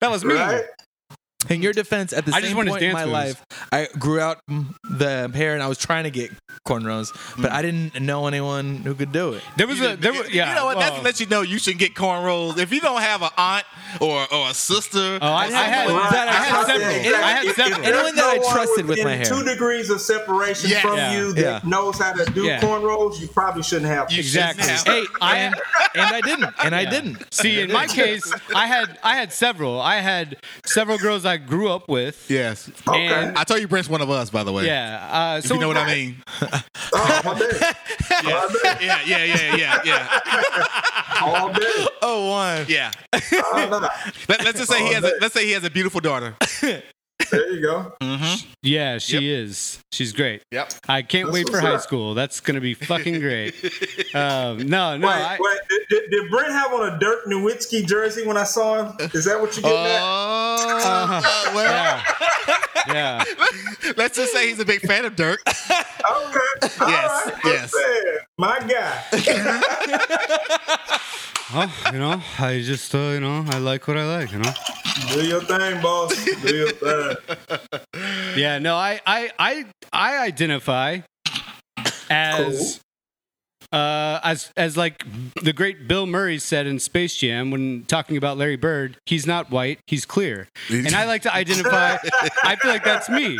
C: That was me.
D: it. Right?
B: In your defense, at the
C: I just
B: same
C: want his
B: point in my
C: dance moves.
B: life, I grew out mm, the hair and I was trying to get cornrows, but
D: Hmm.
B: I didn't know anyone who could do it.
C: There was a there was, yeah.
A: you know what?
C: well,
A: that lets you know you should get cornrows. If you don't have an aunt or, or a sister,
C: Oh, I, I had
B: Right.
C: that, I had
B: Right.
C: several. I had
D: If-
C: several.
D: if there's
B: Anyone that I
D: one
B: trusted with my hair.
D: within Two degrees of separation
A: Yeah.
D: from
C: Yeah.
D: you that
B: Yeah.
D: knows how to do
C: Yeah.
D: cornrows, you probably shouldn't have.
A: You
C: Exactly.
A: shouldn't have.
B: Hey,
C: I-
B: [LAUGHS] and, and I didn't, and I
C: [LAUGHS] Yeah.
B: didn't.
C: See, in my case, I had I had several. I had several girls I grew up with.
A: Yes.
C: And
A: I told you Brent's one of us, by the way.
C: yeah, uh,
A: If
C: so
A: you know what I mean.
D: Oh, all day.
C: [LAUGHS]
D: All day.
A: Yeah, yeah, yeah, yeah, yeah.
D: All day.
B: Oh, one.
A: Yeah.
D: All night.
A: Let, us just say he has a let's say he has a beautiful daughter.
D: There you go.
C: Yeah, she is. She's great.
A: Yep.
C: I can't
D: That's
C: wait for
D: what's
C: high
D: up.
C: school. That's gonna be fucking
D: [LAUGHS]
C: great. um, no, no,
D: Wait,
C: I,
D: wait, did- did, did Brent have on a Dirk Nowitzki jersey when I saw him? Is that what you getting at?
A: uh, Oh, well,
C: [LAUGHS] yeah, Uh-huh. yeah.
A: [LAUGHS] let's just say he's a big fan of Dirk.
D: Okay. All
A: [LAUGHS] Yes,
D: right.
A: yes.
D: Man, My guy.
C: Oh, you know, I just uh, you know, I like what I like. You know.
D: Do your thing, boss. Do your thing.
C: Yeah, no, I I I I identify as uh as as like the great Bill Murray said in Space Jam when talking about Larry Bird, he's not white, he's clear. And I like to identify I feel like that's me.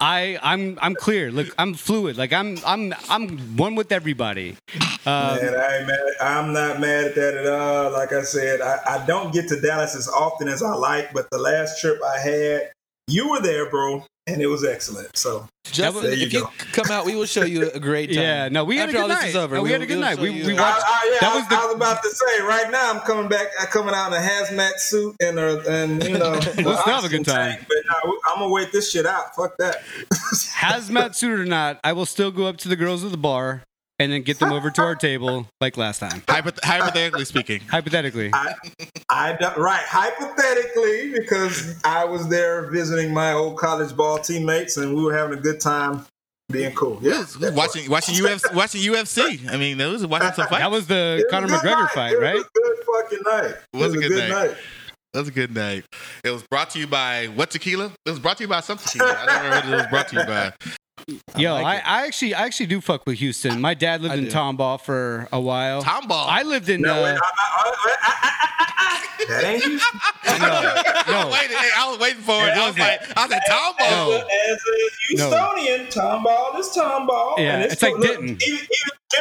C: I I'm I'm clear. Look, I'm fluid. Like I'm I'm I'm one with everybody. Um,
D: Man, I ain't mad. I'm not mad at that at all. Like I said, I, I don't get to Dallas as often as I like, but the last trip I had, you were there, bro, and it was excellent. So
B: Justin,
D: There you
B: if you
D: go.
B: come out, we will show you a great time.
C: [LAUGHS] Yeah, no, we had
B: After
C: a good
B: all
C: night.
B: this is over,
C: Uh, we had a
B: will-
C: good
B: will
C: night.
B: show
C: We-
B: you-
C: we
D: I,
C: watched-
D: I, yeah,
C: That
D: I-
C: was the-
D: I was about to say. Right now, I'm coming back. I'm coming out in a hazmat suit and a, and you know,
C: [LAUGHS] We'll still have a good time.
D: But no, I'm gonna wait this shit out. Fuck that. [LAUGHS]
C: hazmat suit or not, I will still go up to the girls at the bar and then get them over to our table like last time.
A: Hypoth- hypothetically speaking.
C: Hypothetically.
D: I, I don't- right hypothetically because I was there visiting my old college ball teammates and we were having a good time being cool. Yeah,
A: Who's watching watching UFC watching UFC. I mean, those was watching some
C: That
A: fight.
C: was the
D: It was
C: Conor
D: a good
C: McGregor
D: night.
C: fight,
D: It was
C: right?
D: a good fucking night. It was a good night.
A: That was a good night. It was brought to you by what tequila? It was brought to you by some tequila. I don't remember what it was brought to you by.
C: [LAUGHS] Yo, I,
B: like
C: I, actually I actually do fuck with Houston. My dad lived
B: I
C: in
B: do.
C: Tomball for a while.
A: Tomball.
C: I lived in
D: No, wait,
C: uh,
D: I- I- I- I- I- I- that ain't [LAUGHS] you.
A: I, was waiting, hey, I was waiting for it. I was like, I was like, Tomball.
C: No.
D: As a
C: No.
D: Houstonian, Tom Ball is Tom Ball.
C: Yeah,
D: and
C: it's like
D: look,
C: Denton.
D: Even, even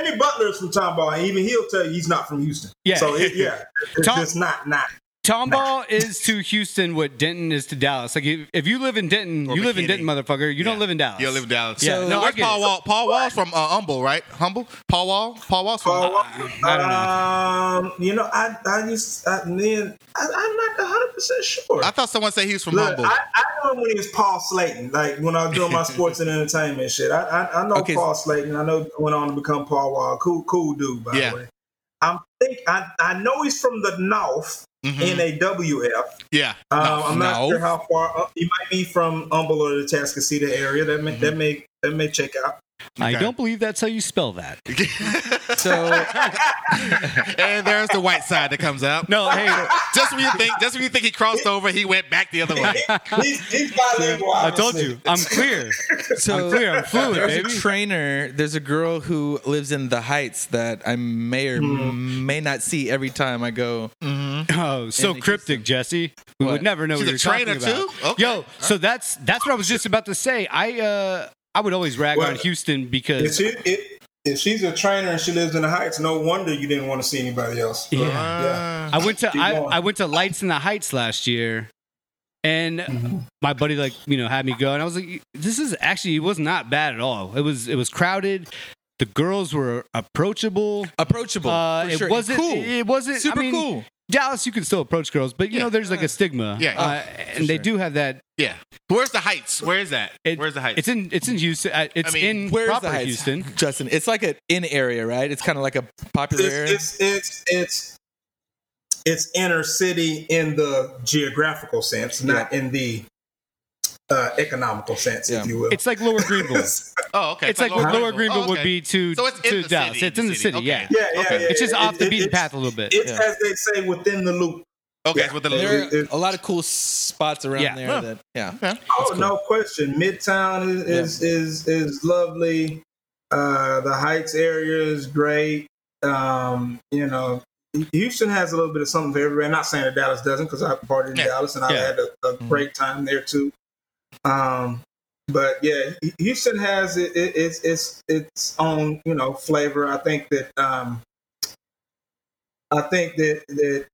D: Jimmy Butler is from Tom Ball, and even he'll tell you he's not from Houston.
C: Yeah.
D: So, it,
C: [LAUGHS]
D: yeah, it's
C: Tom-
D: just not, not.
C: Tomball is to Houston what Denton is to Dallas. Like if, if you live in Denton,
A: Or
C: you live in
A: McKinney.
C: Denton, motherfucker. You don't
A: Yeah.
C: live in Dallas.
A: You don't live in Dallas.
C: Yeah,
B: So-
C: no, I
A: Where's
C: get
A: Paul
C: it.
A: Wall? Paul Wall's from uh, Humble, right? Humble. Paul Wall. Paul Wall's from.
D: Paul,
C: I don't know.
D: Um, you know, I, I used I, man, I, I'm not 100% sure.
A: I thought someone said he was from
D: Look,
A: Humble.
D: I, I know him when he was Paul Slayton, like when I was doing my sports and entertainment shit. I I, I know
B: Okay.
D: Paul Slayton. I know went on to become Paul Wall. Cool, cool dude, by
A: Yeah.
D: the way. I'm think I, I know he's from the North,
A: Mhm.
D: N-A-W-F.
A: yeah.
D: Um, I'm not
B: North.
D: sure how far up. He might be from Humble or the Tascasita area. That may that may that may check out.
C: I
A: Okay.
C: don't believe that's how you spell that.
B: [LAUGHS] So
A: and there's the white side that comes out.
C: No, hey,
A: Just when you think, just when you think he crossed over, he went back the other way.
D: He's, he's bilingual.
C: I told
D: obviously.
C: you. I'm clear.
B: So
C: I'm clear. I'm fluid,
B: there's
C: baby.
B: a trainer. There's a girl who lives in the Heights that I may or
C: Mm-hmm.
B: may not see every time I go.
C: Oh, so
B: the
C: cryptic, Jesse. We
B: What?
C: would never know
A: She's
C: what
A: a
C: you're
A: trainer,
C: talking about.
A: too? Okay.
C: Yo, so that's that's what I was just about to say. I uh I would always rag on
D: Well,
C: Houston
D: If
C: because
D: she if, if she's a trainer and she lives in the Heights, no wonder you didn't want to see anybody else.
C: yeah.
A: Uh,
C: I went to
D: Keep
C: I,
D: going.
C: I went to Lights in the Heights last year,
A: Mm-hmm.
C: and my buddy like you know had me go, and I was like, this is actually it was not bad at all. It was it was crowded. The girls were approachable.
B: Approachable.
C: Uh,
B: for
C: it
B: sure.
C: wasn't
B: cool.
C: It wasn't I
B: Super
C: mean,
B: cool.
C: Dallas, you can still approach girls, but you
A: Yeah.
C: know there's like a stigma.
A: Yeah.
C: uh, and they do have that.
A: Yeah. Where's the heights? Where is that?
C: It-
A: Where's the heights?
C: It's in it's in Houston. Uh, it's
A: I mean,
C: in
B: Where's
C: proper
B: the heights,
C: Houston.
B: Justin? It's like an in area, right? It's kind of like a popular area.
D: It's, it's it's it's it's inner city in the geographical sense, not in the uh, economical sense,
B: Yeah.
D: if you will. [LAUGHS]
C: It's like Lower Greenville.
A: oh, [LAUGHS] okay.
C: it's like what Lower Greenville
A: Oh,
C: would
A: okay.
C: be to
A: So it's in
C: to
A: the
C: Dallas.
A: city,
C: It's in the city.
A: Okay.
C: Yeah.
D: yeah, yeah,
A: Okay.
D: yeah,
C: It's just
D: yeah.
C: off the
D: It-
C: beaten
D: it's-
C: path a little bit.
D: It's
B: Yeah.
D: as they say within the loop.
A: Okay,
D: Yeah.
A: it's with the
D: They're-
A: little.
B: there are a lot of cool spots around
C: Yeah.
B: there.
A: Yeah.
B: That
C: [LAUGHS]
B: yeah,
D: Oh,
B: cool.
D: no question. Midtown is is is, is lovely. Uh, the Heights area is great. Um, you know, Houston has a little bit of something for everybody. Not saying that Dallas doesn't, because I partied in
A: Yeah. Mm-hmm.
D: Dallas and I
C: Yeah.
D: had a, a great time there too. Um, but yeah, Houston has it, it, it's it's its own you know flavor. I think that um, I think that that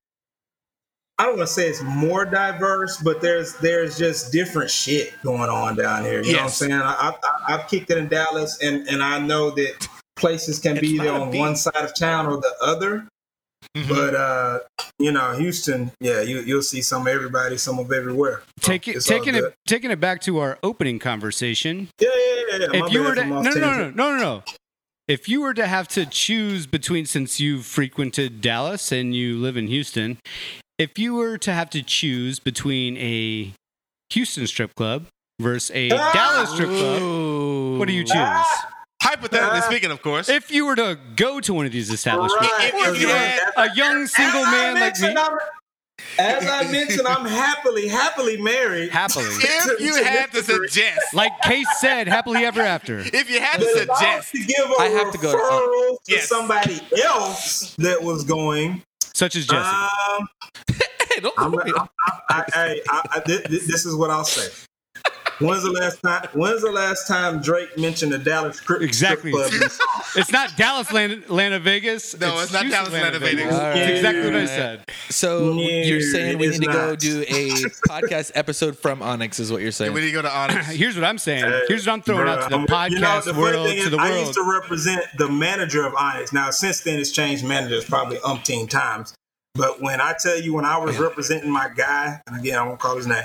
D: I don't want to say it's more diverse, but there's there's just different shit going on down here. You know what I'm
A: Yes.
D: saying? I, I I've kicked it in Dallas, and and I know that places can be
A: It's
D: either
A: not a
D: on
A: beat.
D: one side of town or the other.
A: Mhm.
C: Mm-hmm.
D: But uh, you know, Houston, yeah, you you'll see some of everybody, some of everywhere.
C: Take it,
D: It's all
C: taking
D: good.
C: it, taking it back to our opening conversation.
D: Yeah, yeah, yeah. yeah. My
C: if you
D: bad
C: were to,
D: I'm
C: no,
D: off
C: no, no, no,
D: tangent.
C: no, no, no. If you were to have to choose between, since you've frequented Dallas and you live in Houston, if you were to have to choose between a Houston strip club versus a
D: Ah!
C: Dallas strip club,
B: Ooh.
C: what do you choose?
A: Hypothetically
D: Uh,
A: speaking, of course.
C: If you were to go to one of these establishments,
D: Right,
A: If- if you
D: as I-
A: had-
C: a young single
D: as I
C: man like me,
D: mentioned, I'm- As I mentioned, I'm happily, happily married.
C: happily,
A: if you had to suggest,
C: like Case said, happily ever after.
A: if you had to
D: But if I was
A: suggest,
D: to give a
B: I have to go to-
D: referral to,
A: Yes.
D: somebody else that was going,
C: Such as
D: um,
C: Jesse.
D: I'm,
B: Hey, don't look at me.
D: I, I, I, I, I, thi- thi- this is what I'll say. When's the last time? When's the last time Drake mentioned the Dallas strip,
C: Exactly.
D: strip club?
C: It's not Dallas, Lan- Atlanta, Vegas.
A: No, it's not
C: Houston,
A: Dallas, Atlanta, Vegas.
B: All
C: That's
B: right.
C: exactly what I
B: Alright.
C: said.
B: So
D: No,
B: you're saying we
D: it
B: need
D: is
B: to go
D: not.
B: do
D: [LAUGHS]
B: a podcast episode from Onyx is what you're saying.
A: when you go to Onyx,
C: Here's what I'm saying. Here's what I'm throwing out to the
D: Bruh, you know,
C: podcast
D: the funny
C: world,
D: thing
C: to
D: is,
C: the
D: I
C: world.
D: used to represent the manager of Onyx. Now, since then, it's changed managers probably umpteen times. But when I tell you, when I was representing my guy, and again, I won't call his name,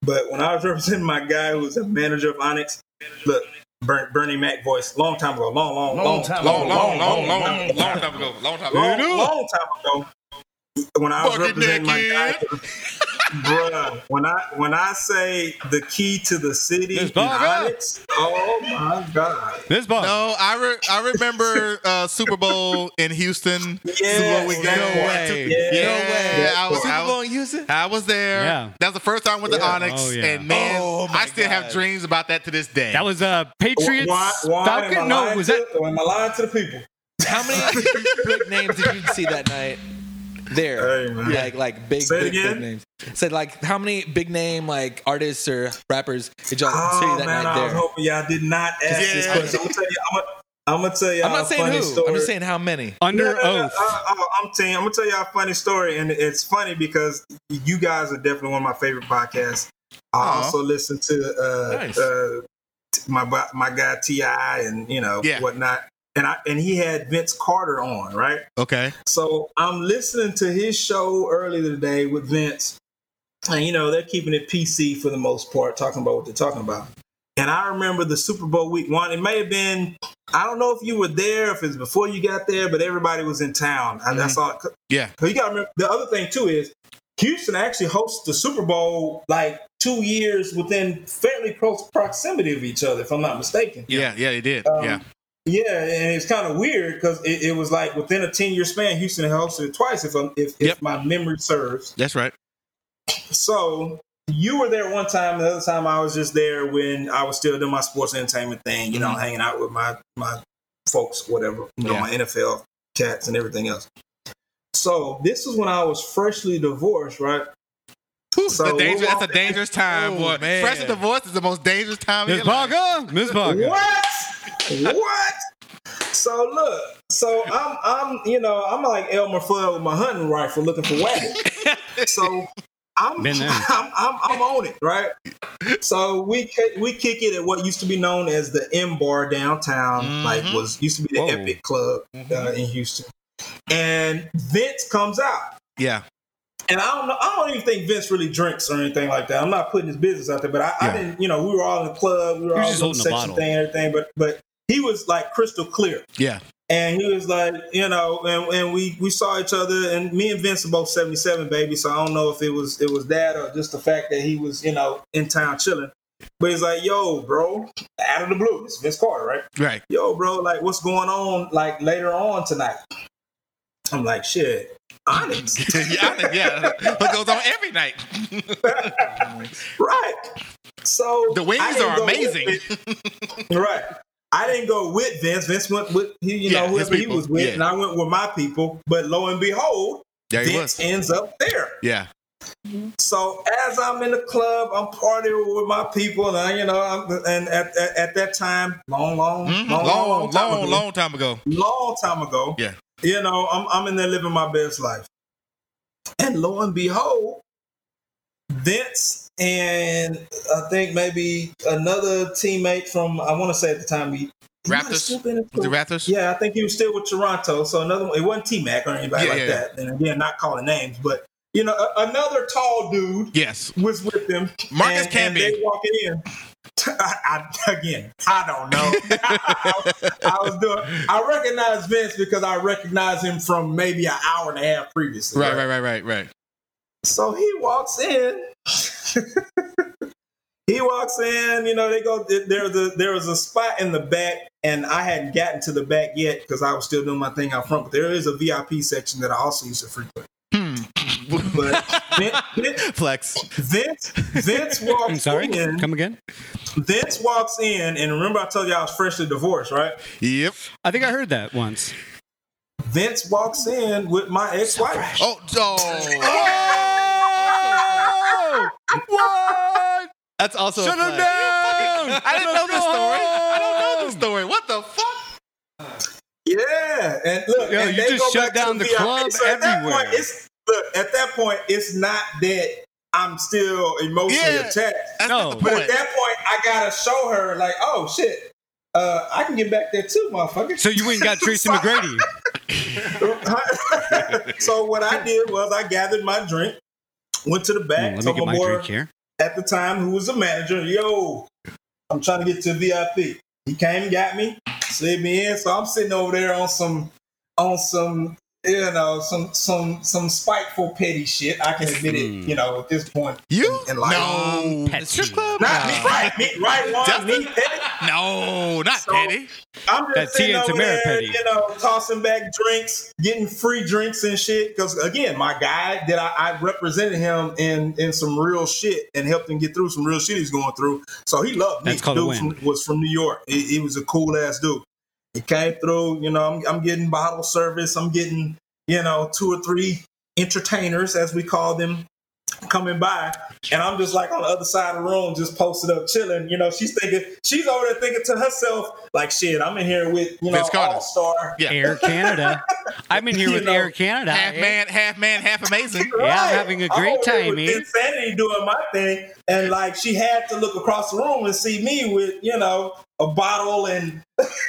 D: but when I was representing my guy who was a manager of Onyx, look, Bern, Bernie Mac voice, long time ago, long, long, long, long time,
A: long, long, long, long, long time ago, long time
D: long,
A: ago.
D: long time ago, when I was
A: Fucking
D: representing my guy,
A: naked.
D: bruh, when I when I say the key to the city,
C: Miss
D: in
C: Barbara.
D: Onyx, oh my god.
C: This ball.
A: No, I re- I remember uh, Super Bowl in Houston. Super Bowl
D: Yes,
A: weekend.
D: no
B: way.
A: Yeah,
D: No
A: yeah,
D: way.
A: I was, I
B: Super
A: was-
B: Bowl in Houston?
A: I was there.
C: Yeah.
A: That was the first time I went to
D: Yeah.
A: Onyx,
C: Oh, yeah.
A: and man,
B: Oh, my
A: I still have
B: God.
A: dreams about that to this day.
C: That was uh,
D: Why-
C: Patriots.
D: why- why am I
C: Falcon? No,
D: lying
C: was
D: to-
C: that?
D: or Am I lying to the people?
B: How many [LAUGHS] big names did you see that night? There,
D: Hey, man.
B: like like big,
D: Say it
B: big, big
D: again?
B: names. Said like how many big name like artists or rappers did y'all see
D: Oh
B: that
D: man,
B: night
D: I was
B: there?
D: hoping y'all did not ask this
A: Yeah.
D: question. I'm gonna tell you- I'm gonna- I'm gonna tell y'all
B: I'm not
D: a
B: saying
D: funny
B: who.
D: story.
B: I'm just saying how many.
D: No,
C: Under
D: no, no,
C: oath.
D: I, am telling you, Uh, I'm gonna tell y'all a funny story, and it's funny because you guys are definitely one of my favorite podcasts. I
A: Aw.
D: also listen to uh,
B: Nice.
D: uh, t- my bu- my guy Ti and you know
A: Yeah.
D: whatnot, and I and he had Vince Carter on, right?
A: okay.
D: So I'm listening to his show earlier today with Vince, and you know they're keeping it PC for the most part, talking about what they're talking about. And I remember the Super Bowl week one. It may have been I don't know if you were there, if it's before you got there, but everybody was in town. And that's all.
A: Yeah.
D: But you got to remember the other thing too is Houston actually hosts the Super Bowl like two years within fairly close proximity of each other, if I'm not mistaken.
A: Yeah. Yeah. They did.
D: Um,
A: yeah.
D: Yeah, and it's kind of weird because it, it was like within a ten year span, Houston hosted it twice, if I'm, if,
A: Yep.
D: if my memory serves.
A: That's right.
D: So you were there one time, the other time I was just there when I was still doing my sports entertainment thing, you know, hanging out with my my folks, whatever, you
A: Mm-hmm.
D: know,
A: Yeah.
D: my NFL cats and everything else. So this is when I was freshly divorced, right?
A: Whew,
D: So
A: the
D: we're
A: danger, that's a
D: walking-
A: dangerous time,
B: Oh,
A: boy.
B: man.
A: Fresh divorce is the most dangerous time. in
C: Miss
A: your life.
C: Parker. Miss Parker.
D: What? what? So look, so I'm I'm you know I'm like Elmer Fudd with my hunting rifle looking for wagon.
C: [LAUGHS]
D: so I'm
C: Been there.
D: [LAUGHS] I'm, I'm I'm on it right. So we ki- we kick it at what used to be known as the M Bar downtown, like was used to be the
C: Mm-hmm. Whoa. Mm-hmm.
D: Epic Club uh, in Houston. And Vince comes out
A: Yeah.
D: And I don't know. I don't even think Vince really drinks or anything like that. I'm not putting his business out there, but I, I
A: Yeah.
D: didn't. You know, we were all in the club. We were
C: He was
D: all
C: just
D: in the
C: holding the bottle.
D: section thing and everything. But but he was like crystal clear.
A: Yeah.
D: And he was like, you know, and, and we we saw each other, and me and Vince are both seventy seven, baby. So I don't know if it was it was that or just the fact that he was, you know, in town chilling. But he's like, yo, bro, out of the blue, it's Vince Carter, right?
A: Right.
D: Yo, bro, like what's going on? Like later on tonight, I'm like, shit, Onyx,
A: [LAUGHS] yeah, I think- yeah. What goes on every night?
D: right? So
A: The wings
D: I didn't
A: are
D: go with
A: amazing.
D: Vince. right? I didn't go with Vince. Vince went with he, you
A: Yeah,
D: know,
A: his
D: whoever he
A: people.
D: was with,
A: Yeah.
D: and I went with my people. But lo and behold.
A: There he
D: Vince
A: was.
D: ends up there.
A: Yeah.
D: So as I'm in the club, I'm partying with my people, and I, you know, I'm, and at, at, at that time, long, long,
A: Mhm.
D: long, long, long,
A: Long,
D: time
A: long,
D: ago,
A: long time ago.
D: long time ago.
A: Yeah.
D: you know, I'm I'm in there living my best life, and lo and behold, Vince and I think maybe another teammate from I want to say at the time he he might have
A: Raptors?
D: still been in-
A: Was it Raptors?
D: yeah, I think he was still with Toronto. So another one, it wasn't T Mac or anybody
A: Yeah,
D: like
A: yeah.
D: that. And again, not calling names, but you know, a- another tall dude
A: Yes.
D: was with them.
A: Marcus
D: and,
A: Camby.
D: And they walking in. [LAUGHS] I, I, again, I don't know. [LAUGHS] I, was doing. I recognized Vince because I recognized him from maybe an hour and a half previously.
A: Right, right, right, right, right.
D: So he walks in. he walks in. You know, they go. There was a there was a spot in the back, and I hadn't gotten to the back yet because I was still doing my thing out front. But there is a VIP section that I also used to frequent.
C: Hmm.
D: But Vin- Vin-
A: Flex.
D: Vince Vince
C: [LAUGHS]
D: walks
C: I'm sorry.
D: in.
C: Come again?
D: Vince walks in, and remember I told you I was freshly divorced, right?
A: Yep.
C: I think I heard that once.
D: Vince walks in with my ex-wife.
A: Oh, oh. Whoa! What?
B: That's also. a
A: Shut him
B: flag.
A: down! I didn't know this story. I don't know this story. What the fuck?
D: Yeah, and look,
C: Yo,
D: and
C: you
D: they
C: just
D: go
C: shut
D: back to
C: down the
D: VIP.
C: club
D: So at that
C: everywhere.
D: point, it's, look, at that point, it's not that I'm still emotionally
A: Yeah.
D: attached,
A: That's
C: No.
A: not the
D: but at
A: point.
D: that point, I gotta show her like, oh shit, uh, I can get back there too, motherfucker.
C: [LAUGHS]
D: [LAUGHS]
C: So you ain't got Tracy McGrady. Hmm,
D: so what I did was I gathered my drink, went to the back,
C: Hmm, Let me
D: told
C: get
D: my
C: my
D: boy
C: drink here.
D: at the time who was the manager. Yo, I'm trying to get to VIP. He came, got me, slid me in. So I'm sitting over there on some, on some, you know, some some some spiteful petty shit. I can admit it,
C: Hmm.
D: you know, at this point.
A: You?
D: And like- um,
A: no.
C: Petty.
B: The strip club?
D: Not me,
B: Nah.
D: right, me, right, one,
A: Justin?
D: me, petty.
A: No, not
D: So-
A: Petty.
D: I'm just
C: That
D: sitting
C: Tia and
D: over
C: Tamara
D: there,
C: petty.
D: you know, tossing back drinks, getting free drinks and shit. Because again, my guy that I, I represented him in in some real shit and helped him get through some real shit he's going through. So he loved me.
C: That's called a
D: dude
C: win.
D: from- was from New York. He, he was a cool ass dude. He came through. You know, I'm, I'm getting bottle service. I'm getting you know two or three entertainers as we call them coming by and i'm just like on the other side of the room just posted up chilling you know she's thinking she's over there thinking to herself like shit i'm in here with you know
A: Vince Carter.
D: all star
A: Yeah.
C: Air Canada. I'm in here
D: You
C: with
D: know,
C: Air Canada.
A: half
C: eh?
A: man, half man, half amazing.
C: Yeah, I'm having a great time, man.
D: insanity doing my thing and like she had to look across the room and see me with you know a bottle and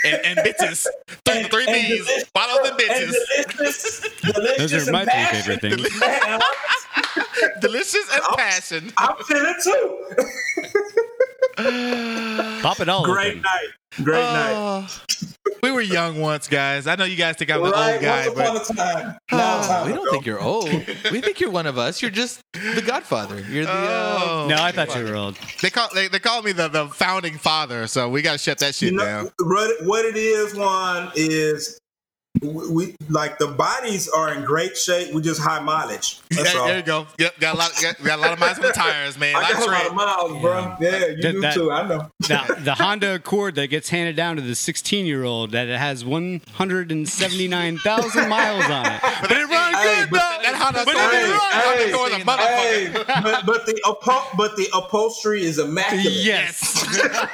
A: and, and bitches. Three,
D: and,
A: three
D: and
A: B's.
D: delicious-
A: Bottles and bitches.
D: and
A: [LAUGHS]
D: delicious, delicious
C: Those are
D: and
C: my two
D: passion.
C: favorite things.
D: Man, I'm-
A: Delicious and passion.
D: I'm feeling too.
C: [LAUGHS] Pop it all
D: Great
C: open.
D: night. Great night.
A: Oh, we were young once, guys. I know you guys think I'm an
D: Right,
A: old guy,
D: once upon
A: but
D: a time. Long time
B: we don't
D: ago.
B: think you're old. We think you're one of us. You're just the Godfather. You're the. Uh,
A: Oh.
C: No, I thought you were old.
A: they call they, they call me the, the founding father, so we gotta shut that shit
D: You know,
A: down.
D: what, what it is, one is we, we like the bodies are in great shape. We just high mileage. That's
A: Yeah,
D: all.
A: there you go. Yep, got a lot got, got a lot of miles on the tires, man.
D: I
A: Like
D: got a lot
A: Trey.
D: of miles, bro. Yeah, you
C: That-
D: do
C: that-
D: too. I know.
C: The, the Honda Accord that gets handed down to the 16 year old that it has 179,000 miles on it.
A: But it run
D: Hey,
A: good,
D: but-
A: though. That Honda
D: but-
A: Accord
D: hey,
A: run. Honda
D: hey,
A: Accord is a motherfucker.
D: Hey, but, but the upho- but the upholstery is immaculate.
C: Yes.
B: uh,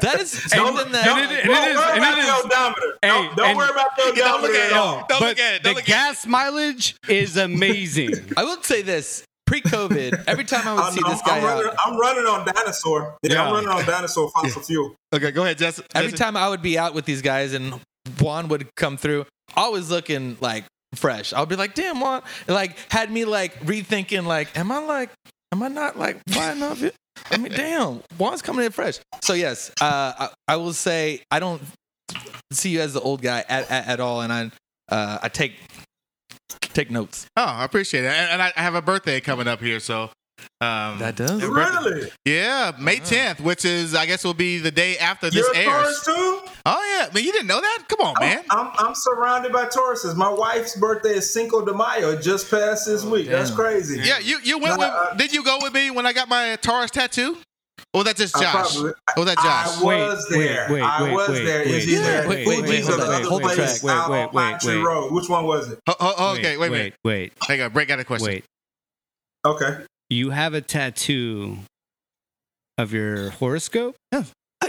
B: that
D: [LAUGHS]
B: is
D: Don't,
B: something
D: don't-
B: that.
C: and it-
D: don't
C: is-
D: worry
C: and it
D: about
C: is-
D: the odometer.
C: Hey,
D: don't don't
C: and-
D: worry about the odometer
A: Don't look at
D: at
A: it.
D: all.
A: Don't
C: but
A: look at it.
C: the
A: Don't look at
C: gas mileage
B: [LAUGHS]
C: is amazing.
B: I will say this. Pre-COVID, every time I would
D: I'm,
B: see
D: I'm-
B: this guy
D: I'm running,
B: out,
D: I'm running on dinosaur. Yeah,
C: uh, Yeah.
D: I'm running on dinosaur fossil fuel.
A: it. Okay, go ahead, Justin.
B: every
A: Justin.
B: time I would be out with these guys, and Juan would come through, always looking like fresh. I'll be like, damn, what? Like had me like rethinking, like, am I like, am I not like fine enough? yet? I mean, damn, Juan's coming in fresh. So yes, uh, I, I will say I don't see you as the old guy at at, at all, and I uh, I take take notes.
A: Oh, I appreciate it. And, and I, I have a birthday coming up here, so. Um,
B: That Oh. does.
D: Really?
A: yeah, May 10th, which is, I guess, will be the day after this
D: You're a
A: airs.
D: Taurus too?
A: Oh, yeah. Man, you didn't know that? Come on, man.
B: Oh.
D: I'm, I'm surrounded by Tauruses. My wife's birthday is Cinco de Mayo, just past this week. That's
B: damn.
D: crazy.
A: Yeah, you, you went
D: No, uh, I-
A: with, did you go with me when I got my Taurus tattoo? Or was that just
D: I
A: Josh?
D: probably-
A: Or was that Josh?
D: I was
C: Wait,
D: there.
C: wait,
D: I
C: wait,
D: was
C: wait,
D: there. It's
C: wait,
D: either
B: wait, wait, wait,
D: Fuji's or
B: hold
D: the
B: on,
D: other
B: hold on,
D: place
C: wait,
D: out
C: wait,
D: on
C: wait,
D: Pine Tree
C: wait.
D: Road. Which one was it?
A: Oh, oh, oh, okay, wait a minute.
C: wait, wait,
A: Hang on, break out a question.
C: wait.
D: Okay.
C: You have a tattoo of your horoscope?
D: It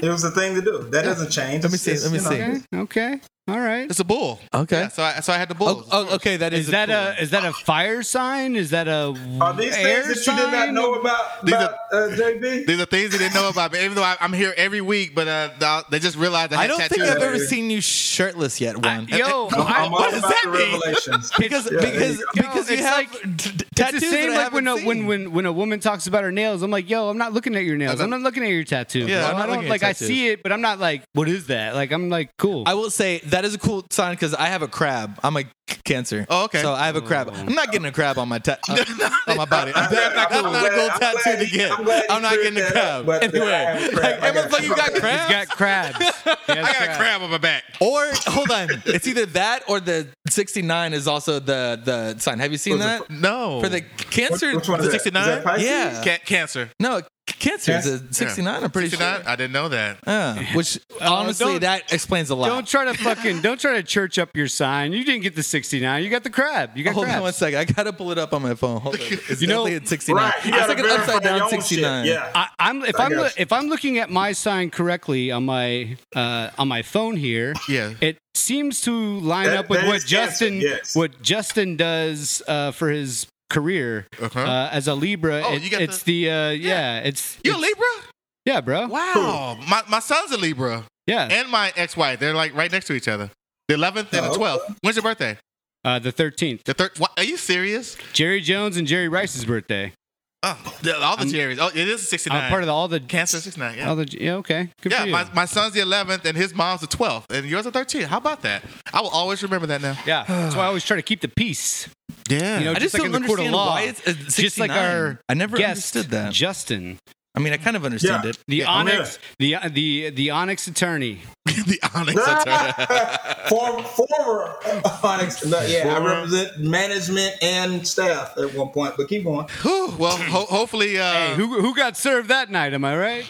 D: was the thing to do. That doesn't change.
B: Let me
D: It's-
B: see,
D: it's,
B: let me
D: you know,
B: see.
C: Okay, okay, all right.
A: It's a bull.
B: Okay.
A: Yeah, so I so I had the
B: Oh,
A: bull.
B: oh, okay, that is,
C: Is that
B: cool
C: a is that a fire sign? Is that a
D: Are these
C: air
D: things that you did not
C: sign?
D: know about,
A: These
D: about uh, JB?
A: These are things they didn't know about. But even though I, I'm here every week, but uh, the- they just realized I
B: I
A: had
B: don't
A: tattoos.
B: think I've
D: Yeah,
B: ever
D: yeah.
B: seen you shirtless yet, Juan.
C: Yo,
D: I'm,
C: I-
D: I'm all
A: what does
D: about
A: that
D: the
A: mean?
D: revelations.
B: because
D: Yeah, there
B: because
D: you go.
B: because
C: Yo,
B: you
C: it's
B: have
C: like-
B: t- t-
C: It's
B: tattoos
C: the same
B: that I
C: like when a,
B: haven't
C: when,
B: seen.
C: when when a woman talks about her nails. I'm like, yo, I'm not looking at your nails. I'm not looking at your tattoo.
B: Yeah,
C: bro.
B: I'm not
C: I don't
B: looking at
C: like. I
B: tattoos.
C: see it, but I'm not like, what is that? Like, I'm like, cool.
B: I will say that is a cool sign because I have a crab. I'm a c- cancer.
A: Oh, okay.
B: So I have a crab.
C: Oh.
B: I'm not getting a crab on my ta- uh, on my body.
D: I'm glad-
B: That's not, that's
D: I'm
B: not
D: glad-
B: a gold
D: I'm glad
B: tattoo to
D: he-
B: get.
D: I'm glad he
B: I'm not
D: cleared
B: getting a
D: that
B: crab
D: up, but-
B: anywhere.
D: I have a
B: Like,
D: crab. I got
B: motherfucker, you got
D: crab.
C: He's
B: crabs? [LAUGHS]
C: got crabs. He has
A: I got a
C: crabs.
A: crab on my back.
B: or hold on, it's either that or the 69 is also the the sign. Have you seen
D: What's
B: that
D: it
A: No.
B: for the
D: Which,
B: cancer?
D: which one is that? Is
A: 69?
D: that Pisces?
B: Yeah.
A: Ca- cancer.
B: No, c- cancer is
D: Yes.
B: a 69. I'm pretty
A: 69?
B: sure.
A: I didn't know that.
B: Yeah, which honestly,
C: Uh, don't-
B: that explains a lot.
C: Don't try to fucking don't try to church up your sign. You didn't get the 69. You got the crab. You got
B: Hold on one
C: crabs.
B: second. I gotta pull it up on my phone. Hold on. It's
C: You know-
B: definitely at 69.
D: Right. You
B: it's
D: gotta
B: like an
D: verify
B: upside
D: your
B: down
D: own shit.
B: 69.
D: Yeah.
C: I, I'm if
D: I
C: I'm
D: got
C: loo-
D: you.
C: if I'm looking at my sign correctly on my uh, on my phone here,
A: Yeah.
C: it seems to line
D: That-
C: up with
D: that
C: what
D: is cancer,
C: Justin
D: yes.
C: what Justin does uh, for his career
A: Uh-huh.
C: uh, as a Libra.
A: Oh,
C: It-
A: you got
C: it's the, uh, yeah, it's
A: you a Libra?
C: yeah, bro.
A: Wow. My, my son's a Libra.
C: Yeah,
A: And my ex wife. They're like right next to each other. The 11th and the
D: Oh.
A: 12th. When's your birthday?
C: uh, the 13th.
A: The third. What? Are you serious?
C: Jerry Jones and Jerry Rice's birthday.
A: Oh, the- all the
C: I'm-
A: Jerry's. Oh, it is Oh, 69.
C: I'm part of the, all the
A: Cancer 69. Yeah.
C: All the, yeah, okay. Good
A: yeah,
C: for you.
A: my, my son's the 11th and his mom's the 12th and yours the 13th. How about that? I will always remember that now.
C: yeah, that's why I always try to keep the peace.
A: Yeah. [LAUGHS]
C: You know,
B: I just
C: just like in
B: don't
C: the court of
B: understand
C: law.
B: why it's a 69.
C: Just like our
B: I never
C: guest,
B: understood that.
C: Justin,
B: I mean, I kind of understand
D: Yeah.
B: it.
C: the
A: Yeah.
C: Onyx, the the the Onyx attorney.
A: the Onyx [LAUGHS] Attorney.
D: [LAUGHS] former, former Onyx. No, yeah, I represent management and staff at one point, but
B: [LAUGHS]
D: keep going.
A: Whew, well, ho- hopefully, uh,
C: Hey, who who got served that night? Am I right?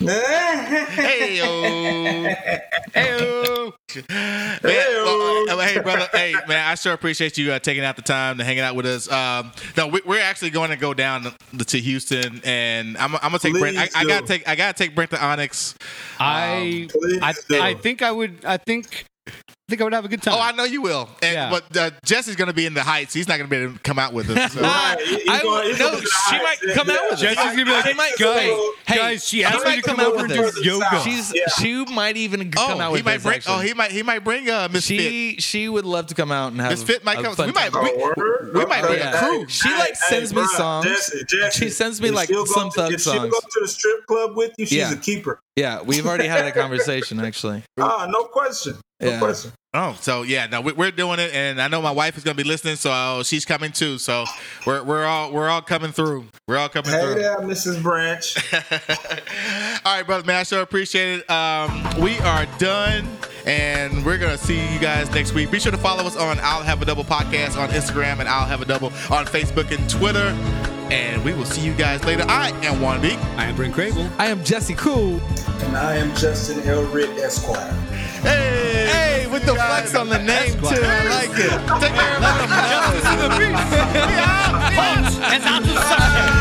A: hey, yo.
C: Hey,
A: Man, well, uh, hey, brother. Hey, man. I sure appreciate you uh, taking out the time to hanging out with us. Um, no, we, we're actually going to go down to, to Houston, and I'm, I'm gonna take Brent. I,
D: Please
A: I
D: do.
A: gotta take. I gotta take Brent to Onyx.
C: I,
D: please
C: I
D: do.
C: I think I would I think I think I would have a good time.
A: Oh, I know you will. And,
C: Yeah.
A: But uh, Jesse's gonna be in the Heights. He's not gonna be able to come out with
B: [LAUGHS]
A: us. So.
B: Ah,
D: Right, he's
B: I,
D: going- he's
B: no,
D: going to
B: she might
D: the heights,
B: come out
D: yeah.
B: with
C: Judge
B: it.
C: is gonna be like,
B: She might-
C: guys,
B: hey,
C: guys, she asked
B: might
C: me to come
B: out
C: over and
B: with
C: do
B: us.
C: yoga.
B: She's,
D: Yeah.
B: She might even
A: Oh,
B: come out
A: he
B: with
A: might
B: us,
A: bring.
B: actually.
A: Oh, he might. He might bring uh, Miss Fit.
B: she she would love to come out and have
A: Miss Fit might
B: a
A: come.
B: fun
A: We might.
B: time.
A: We, we might be a
B: yeah.
A: crew.
B: She, like, sends me
D: bruh,
B: songs. She sends me,
D: if
B: like,
D: she'll go
B: some
D: to-
B: thug
D: if she'll
B: songs.
D: go to the strip club with you, she's
B: Yeah.
D: a keeper.
B: Yeah, we've already had that conversation actually.
D: Ah, no question. No
B: Yeah.
D: question.
A: Oh, so yeah, no, we, we're doing it, and I know my wife is gonna be listening, so she's coming too. So we're we're all we're all coming through. We're all coming
B: Uh-huh.
D: Hey
A: through.
D: there, Mrs. Branch.
A: [LAUGHS] all right, brother, man, I sure appreciate it. Um, we are done, and we're gonna see you guys next week. Be sure to follow us on I'll Have a Double podcast on Instagram, and I'll Have a Double on Facebook and Twitter. And we will see you guys later. I am One Beak.
C: I am Brent Crable.
B: I am Jesse Cool.
D: and I am Justin Elrick Esquire.
A: Hey,
B: Hey, with the flex on the name too. I like it. [LAUGHS]
A: [LAUGHS] Take care, everybody.
B: Justice is a beast.
C: That's outside.